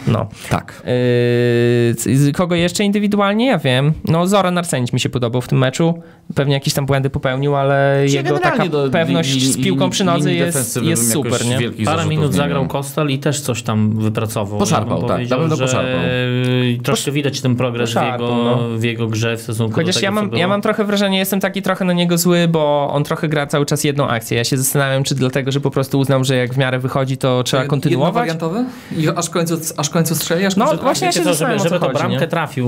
No.
Tak.
Yy, c- z- kogo jeszcze indywidualnie? Ja wiem. No Zoran Arsenic mi się podobał w tym meczu. Pewnie jakieś tam błędy popełnił, ale
Czy
jego
Znaczy, generalnie
taka
do
pewność
linii-
z piłką przy nodze
linii
jest,
defensywy bym
jest
jakoś
super, nie?
wielkich
Parę
zarzutów
minut
nie
zagrał
miał.
Kostal i też coś tam wypracował.
Poszarpał,
Ja bym
tak,
powiedział,
na pewno
że,
poszarpał.
y, Troszkę widać ten progres w
Poszarpał,
jego,
no.
w jego grze w stosunku do
Chociaż
tego,
ja
co
mam,
było.
ja mam trochę wrażenie, jestem taki trochę na niego zły, bo on trochę gra cały czas jedną akcję. Ja się zastanawiam, czy dlatego, że po prostu uznał, że jak w miarę wychodzi, to trzeba kontynuować.
Jednowariantowy? I aż w końcu, aż w końcu strzeli? Aż
No,
końcu...
właśnie ja
Wiecie
się
co,
zastanawiam,
żeby,
o co
żeby tą
chodzi,
bramkę
nie?
trafił,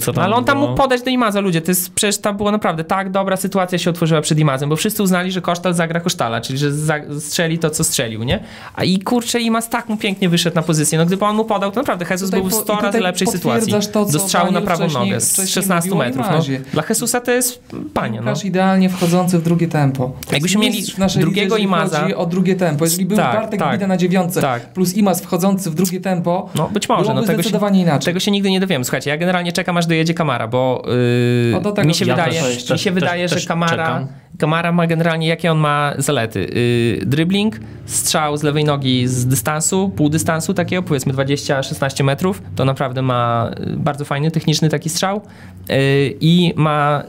co tam
No, ale on tam
było.
mógł podać do Imaza, ludzie. To jest, przecież tam była naprawdę tak dobra sytuacja się otworzyła przed Imazem, bo wszyscy uznali, że Kosztal zagra Kosztala, czyli że za, strzeli to, co strzelił, nie? A i kurczę, Imaz tak mu pięknie wyszedł na pozycję. No gdyby on mu podał, to naprawdę Jesus
Tutaj
był w
po-
100
i
razy
tutaj
lepszej sytuacji.
potwierdzasz to, co
do strzału na
Daniel
prawą
wcześniej-
nogę z
wcześniej
16
mówił o
metrz metrów. No.
Imazie.
Dla Jesusa to jest panie, no.
Piłkarz idealnie wchodzący w drugie tempo. To jest
Jakbyśmy mieli
mistrz w naszej
drugiego
lidze, jeżeli
Imaza-
chodzi o drugie tempo. Jeżeli był
Tak,
Bartek
tak.
Bida na dziewiątce
Tak.
plus Imaz wchodzący w drugie tempo,
No być może,
byłoby
no tego się,
zdecydowanie
Znaczy-
inaczej.
tego się nigdy nie dowiemy. Słuchajcie, ja generalnie czekam aż dojedzie Kamara, bo yy,
O, tak do tego
mi się
ja
wydaje,
tak też-
mi
też-
się wydaje
też-
że
też
Kamara,
czekam.
Kamara ma generalnie jakie on ma zalety. Yy, dribbling, strzał z lewej nogi z dystansu, pół dystansu takiego, powiedzmy 20-16 metrów, to naprawdę ma yy, bardzo fajny, techniczny taki strzał yy, i ma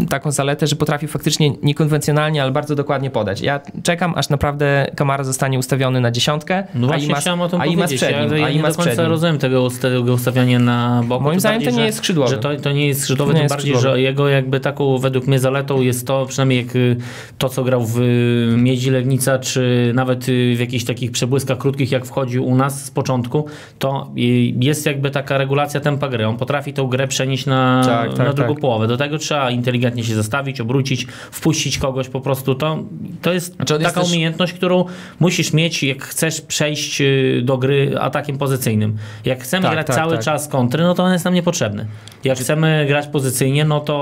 yy, taką zaletę, że potrafi faktycznie niekonwencjonalnie, ale bardzo dokładnie podać. Ja czekam, aż naprawdę Kamara zostanie ustawiony na dziesiątkę,
No właśnie
Imas-
chciałem o tym
a Imas
powiedzieć,
przed nim,
ja,
a
ja nie
Imas
do końca
przed nim.
rozumiem tego, usta- tego ustawiania na boku.
Moim
tym
zdaniem to
bardziej,
nie
że-
jest skrzydłowy.
Że to, to nie jest skrzydłowy,
Nie
tym
jest
bardziej,
skrzydłowy.
że jego jakby taką według mnie zaletą jest to, przynajmniej jak y, to, co grał w y, Miedzi Legnica, czy nawet y, w jakichś takich przebłyskach krótkich, jak wchodził u nas z początku, to y, jest jakby taka regulacja tempa gry. On potrafi tą grę przenieść na,
Tak, tak,
na drugą
tak.
połowę. Do tego trzeba inteligentnie się zastawić, obrócić, wpuścić kogoś po prostu. To, to jest
Znaczy on jest
taka
też-
umiejętność, którą musisz mieć, jak chcesz przejść y, do gry atakiem pozycyjnym. Jak chcemy
Tak,
grać
tak,
cały
tak.
czas kontry, no to on jest nam niepotrzebny. Jak chcemy grać pozycyjnie, no to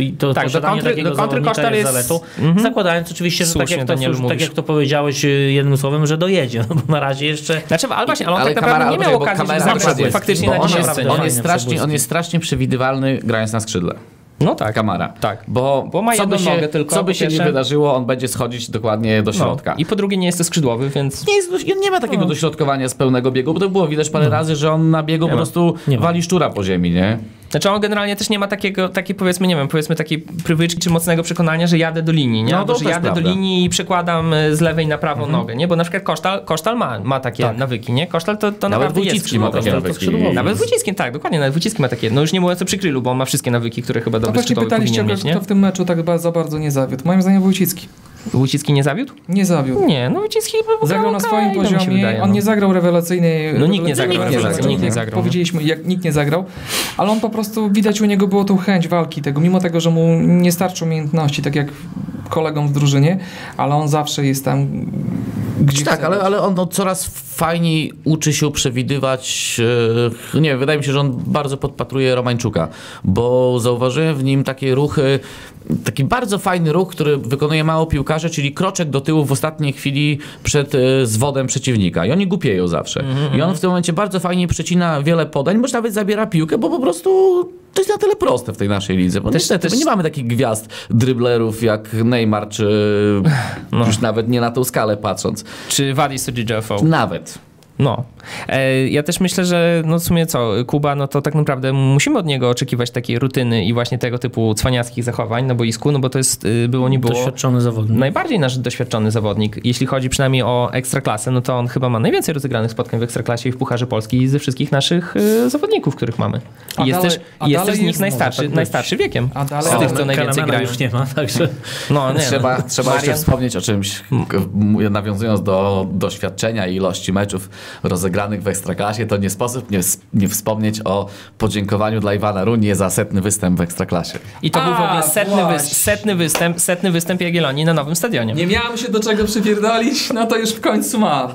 i to
Tak, do
posiadanie
kontry-
takiego
do kontry
zawodnika
kosztar
jest
jest-
zaletą.
Mhm.
Zakładając oczywiście, że tak
Słusznie,
jak, to,
Danielu,
już, tak
mówisz.
jak to powiedziałeś y, jednym słowem, że dojedzie, no bo na razie jeszcze...
Znaczy, ale właśnie, ale on tak
Kamara-
naprawdę nie miał
czekaj, bo
okazji, żeby
Kamara
zagrać
dokładnie.
faktycznie
Bo
na
on
dzisiejszym
jest,
scenie.
on, jest
Fajne
strasznie, on
przebłyski.
jest strasznie przewidywalny grając na skrzydle.
No tak.
Kamara.
Tak.
Bo,
Bo ma
co by
jedną
się,
nogę tylko,
co by
po
się nie
pierwsze.
wydarzyło, on będzie schodzić dokładnie do
No.
środka.
I po drugie nie jest to skrzydłowy, więc
nie, jest, dość- on nie ma takiego dośrodkowania z pełnego biegu, bo to było widać parę razy, że on na biegu po
ma.
prostu
No. Nie ma.
wali szczura po ziemi, nie?
Znaczy on generalnie też nie ma takiego, takiej powiedzmy, nie wiem, powiedzmy takiej prywyczki czy mocnego przekonania, że jadę do linii, nie?
No,
Albo,
to
że
też
jadę
prawda.
do linii i przekładam e, z lewej na prawą nogę, nie? Bo na przykład Kosztal, Kosztal ma, ma takie nawyki, nie? Kosztal to, to
Nawet
naprawdę jest
Wójcicki ma
skrzydłowy.
takie
to- to
nawyki.
skrzydłowy.
Nawet Wójcicki, tak, dokładnie, nawet Wójcicki ma takie. No już nie mówiąc o przykrylu, bo on ma wszystkie nawyki, które chyba
To
dobry
No właśnie
skrzydłowy
pytaliście,
powinien
o kogo-
mieć,
kto
nie?
w tym meczu tak ba- za bardzo nie zawiódł. Moim zdaniem Wójcicki.
Wójcicki nie zawiódł?
Nie zawiódł.
Nie, no Wójcicki był
Zagrał na
okej,
swoim
no, mi się
poziomie,
wydaje,
on
no.
nie zagrał rewelacyjnej...
No nikt nie
rewelacyjnego
zagrał,
meczu,
nikt nie
jak
zagrał, no.
Powiedzieliśmy, jak nikt nie zagrał, ale on po prostu, widać u niego było tą chęć walki tego, mimo tego, że mu nie starczy umiejętności, tak jak kolegom w drużynie, ale on zawsze jest tam, gdzie
Tak,
chce
ale,
być.
ale on no, coraz fajniej uczy się przewidywać. e, Nie wiem, wydaje mi się, że on bardzo podpatruje Romańczuka, bo zauważyłem w nim takie ruchy, taki bardzo fajny ruch, który wykonuje mało piłkarze, czyli kroczek do tyłu w ostatniej chwili przed e, zwodem przeciwnika. I oni głupieją zawsze.
Mhm,
I on w tym momencie bardzo fajnie przecina wiele podań, bądź nawet zabiera piłkę, bo po prostu. To jest na tyle proste w tej naszej lidze, bo
Też-
niestety
też-
my nie mamy takich gwiazd dryblerów jak Neymar, czy
no.
już nawet nie na tą skalę patrząc.
Czy Wadi Sudjidżefo?
Nawet.
No. E, ja też myślę, że no w sumie co, Kuba, no to tak naprawdę musimy od niego oczekiwać takiej rutyny i właśnie tego typu cwaniackich zachowań na boisku, no bo to jest, y, było nie było,
Doświadczony zawodnik.
najbardziej nasz doświadczony zawodnik. Jeśli chodzi przynajmniej o Ekstraklasę, no to on chyba ma najwięcej rozegranych spotkań w Ekstraklasie i w Pucharze Polski ze wszystkich naszych y, zawodników, których mamy. I
A
jest
dalej-
też,
a
jest
dalej
też z nich
jest-
najstarszy,
może tak być.
najstarszy wiekiem.
A dalej-
No z tych, co
Kalamena
najwięcej grają.
już nie ma, także...
No, nie,
Trzeba,
no.
trzeba jeszcze
Marian-
wspomnieć o czymś, k- m- nawiązując do doświadczenia i ilości meczów rozegranych w Ekstraklasie, to nie sposób nie, s- nie wspomnieć o podziękowaniu dla Iwana Runie za setny występ w Ekstraklasie.
I to był w
A,
ogóle setny,
właśnie.
wy, setny występ, setny występ Jagiellonii na nowym stadionie.
Nie miałem się do czego przypierdolić, no to już w końcu mam.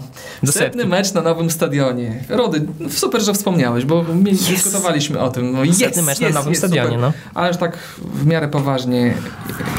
Do
Setny
setki.
mecz na nowym stadionie. Rody, no super, że wspomniałeś, bo my dyskutowaliśmy o tym. No,
Setny
jest,
mecz na
jest,
nowym
jest,
stadionie,
super.
no.
Ależ tak w miarę poważnie,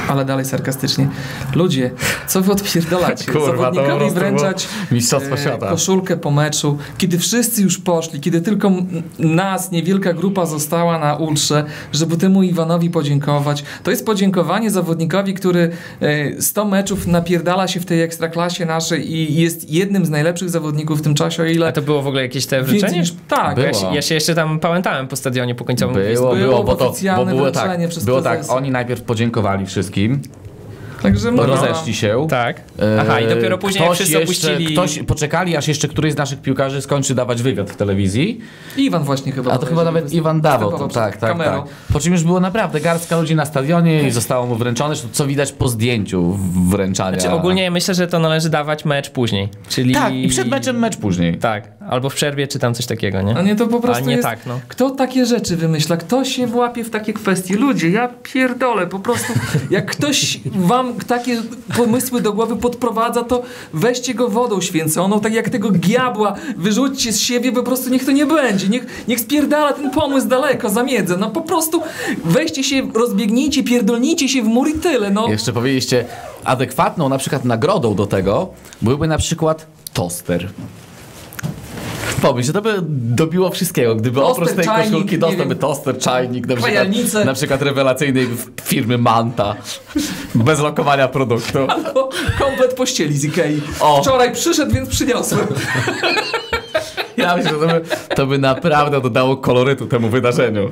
ale dalej sarkastycznie. Ludzie, co wy odpierdolacie?
Kurwa, to po
Zawodnikowi
prostu
wręczać
było mistrzostwo
e,
świata.
koszulkę po meczu, kiedy wszyscy już poszli, kiedy tylko m- nas, niewielka grupa została na ultrze, żeby temu Iwanowi podziękować. To jest podziękowanie zawodnikowi, który e, 100 meczów napierdala się w tej ekstraklasie naszej i jest jednym z najlepszych zawodników w tym czasie, o
A
ile...
to było w ogóle jakieś te
więcej
wręczenie?
niż- tak,
Ja się,
Było.
ja się jeszcze tam pałętałem po stadionie po końcowym gwizdku.
Było, było, bo to bo
oficjalne
było tak.
wręczenie przez
Było tak,
prezesa. No.
oni najpierw podziękowali wszystkim,
tak, Także mówię,
rozeszli się.
Tak. Aha, i dopiero
E,
później wszyscy
jeszcze,
opuścili.
Ktoś poczekali, aż jeszcze któryś z naszych piłkarzy skończy dawać wywiad w telewizji.
no, Iwan właśnie chyba.
A to chyba
bodajże
nawet
występ-
Iwan dawał. To,
występował
tak,
przed
tak,
kamerą.
tak. Po czym już było naprawdę garstka ludzi na stadionie i zostało mu wręczone, zresztą co widać po zdjęciu wręczania.
Znaczy, ogólnie myślę, że to należy dawać mecz później. Czyli...
Tak, i przed meczem mecz No później.
Tak, albo w przerwie, czy tam coś takiego, nie?
A nie to po prostu.
A nie
jest,
tak, no.
Kto takie rzeczy wymyśla? Kto się włapie w takie kwestie? Ludzie, ja pierdolę, po prostu. Jak ktoś wam takie pomysły do głowy podprowadza, to weźcie go wodą święconą, tak jak tego diabła, wyrzućcie z siebie, po prostu niech to nie będzie. Niech, niech spierdala ten pomysł daleko, za miedzę. No po prostu weźcie się, rozbiegnijcie, pierdolnijcie się w mur i tyle, no.
Jeszcze powiedzieliście, adekwatną na przykład nagrodą do tego byłby na przykład toster. Pomyśl, to by dobiło wszystkiego, gdyby
Toster,
oprócz tej
czajnik,
koszulki
nie
dostałby
wiem,
toster, czajnik, na przykład,
pajalnice.
na przykład rewelacyjnej firmy Manta, bez lokowania produktu.
Albo komplet pościeli z Ikei.
O.
Wczoraj przyszedł, więc przyniosłem.
Ja myślę, że to by, to by naprawdę dodało kolorytu temu wydarzeniu.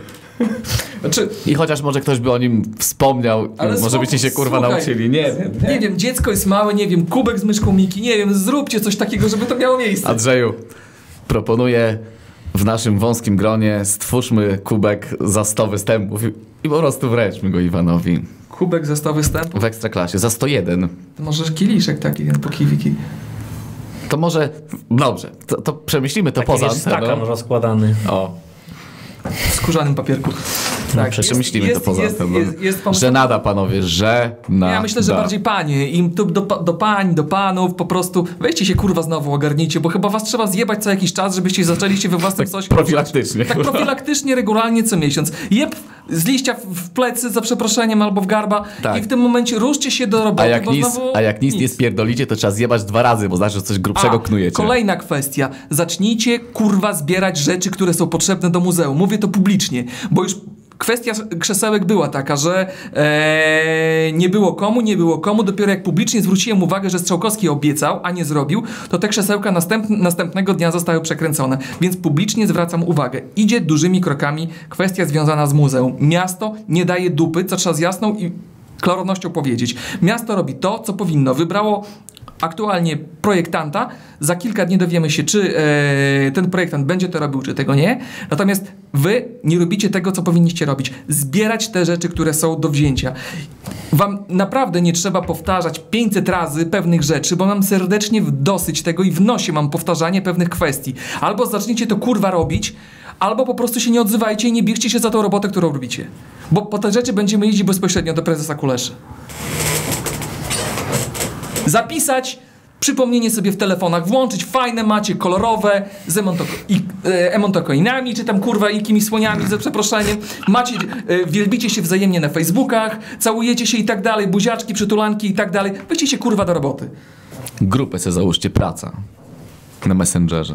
Znaczy,
I chociaż może ktoś by o nim wspomniał,
Ale
i może
słuch-
byście się kurwa
słuchaj.
nauczyli, nie wiem.
Nie wiem, dziecko jest małe, nie wiem, kubek z myszką Miki, nie wiem, zróbcie coś takiego, żeby to miało miejsce.
Andrzeju, proponuję w naszym wąskim gronie stwórzmy kubek za 100 występów i- i po prostu wręczmy go Iwanowi
Kubek został występu?
w Ekstraklasie za 101.
To może kieliszek taki, ten po kiwiki.
To może, dobrze, to, to przemyślimy to poza
wiesz, stakan
no.
anteną.
rozkładany.
O,
W skórzanym papierku. Tak,
przemyślimy No, to poza no.
jest,
anteną.
Jest, jest, jest pomysł.
żenada panowie, że na.
Ja myślę, że bardziej panie, im tu do, pa- do pań, do panów, po prostu weźcie się kurwa znowu ogarnijcie, bo chyba was trzeba zjebać co jakiś czas, żebyście zaczęli się we własnym sosie
profilaktycznie.
Tak profilaktycznie, regularnie co miesiąc. Jeb z liścia w- w plecy, za przeproszeniem, albo w garba
Tak.
i w tym momencie ruszcie się do roboty,
A jak,
bo
nic,
znowu
a jak nic, nie spierdolicie, to trzeba zjebać dwa razy, bo znaczy, że coś grubszego
A,
knujecie.
Kolejna kwestia. Zacznijcie kurwa zbierać rzeczy, które są potrzebne do muzeum. Mówię to publicznie, bo już kwestia krzesełek była taka, że e, nie było komu, nie było komu. Dopiero jak publicznie zwróciłem uwagę, że Strzałkowski obiecał, a nie zrobił, to te krzesełka następ, następnego dnia zostały przekręcone. Więc publicznie zwracam uwagę. Idzie dużymi krokami kwestia związana z muzeum. Miasto nie daje dupy, co trzeba z jasną i klarownością powiedzieć. Miasto robi to, co powinno. Wybrało aktualnie projektanta. Za kilka dni dowiemy się, czy e, ten projektant będzie to robił, czy tego nie. Natomiast wy nie robicie tego, co powinniście robić. Zbierać te rzeczy, które są do wzięcia. Wam naprawdę nie trzeba powtarzać 500 razy pewnych rzeczy, bo mam serdecznie w dosyć tego i w nosie mam powtarzanie pewnych kwestii. Albo zaczniecie to kurwa robić, albo po prostu się nie odzywajcie i nie bierzcie się za tą robotę, którą robicie. Bo po te rzeczy będziemy jeździć bezpośrednio do prezesa Kuleszy zapisać, przypomnienie sobie w telefonach włączyć, fajne macie, kolorowe, z emontoko- i, e, emontokoinami, czy tam kurwa i kimiś słoniami, ze przeproszeniem, macie, e, wielbicie się wzajemnie na Facebookach, całujecie się i tak dalej, buziaczki, przytulanki i tak dalej, weźcie się kurwa do roboty.
Grupę sobie załóżcie, praca. Na Messengerze.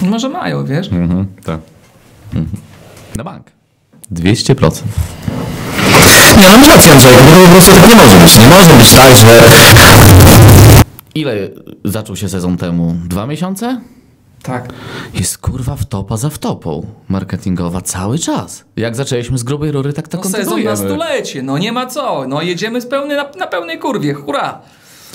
Może mają, wiesz?
Mhm, tak. Mhm. Na bank. 200%.
Nie, no masz rację Andrzej, bo po prostu tak nie może być. Nie może być tak, że
Ile zaczął się sezon temu? Dwa miesiące?
Tak.
Jest kurwa wtopa za wtopą marketingowa cały czas. Jak zaczęliśmy z grubej rury, tak to
No sezon na
kontynuujemy.
stulecie, no nie ma co, no jedziemy z pełny, na, na pełnej kurwie, hurra!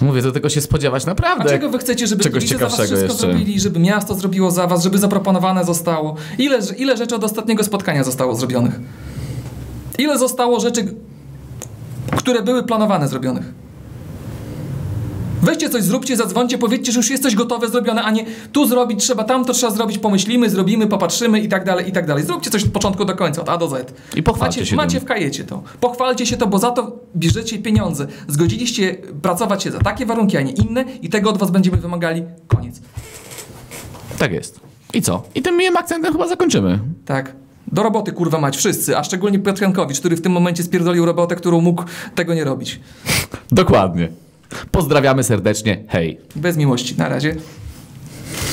Mówię, do tego się spodziewać
A
naprawdę.
czego wy chcecie, żeby
Czegoś
kibice za was
ciekawszego
wszystko
jeszcze.
zrobili, żeby miasto zrobiło za was, żeby zaproponowane zostało? Ile, ile rzeczy od ostatniego spotkania zostało zrobionych? Ile zostało rzeczy, które były planowane zrobionych? Weźcie coś, zróbcie, zadzwońcie, powiedzcie, że już jest coś gotowe, zrobione, a nie tu zrobić trzeba, tam to trzeba zrobić, pomyślimy, zrobimy, popatrzymy i tak dalej, i tak dalej. Zróbcie coś od początku do końca, od A do Z.
I pochwalcie
macie,
się
Macie w
tym.
kajecie to. Pochwalcie się to, bo za to bierzecie pieniądze. Zgodziliście pracować się za takie warunki, a nie inne i tego od was będziemy wymagali. Koniec.
Tak jest. I co? I tym miłym akcentem chyba zakończymy.
Tak. Do roboty kurwa mać wszyscy, a szczególnie Piotr Jankowicz, który w tym momencie spierdolił robotę, którą mógł tego nie robić.
Dokładnie. Pozdrawiamy serdecznie. Hej.
Bez miłości. Na razie.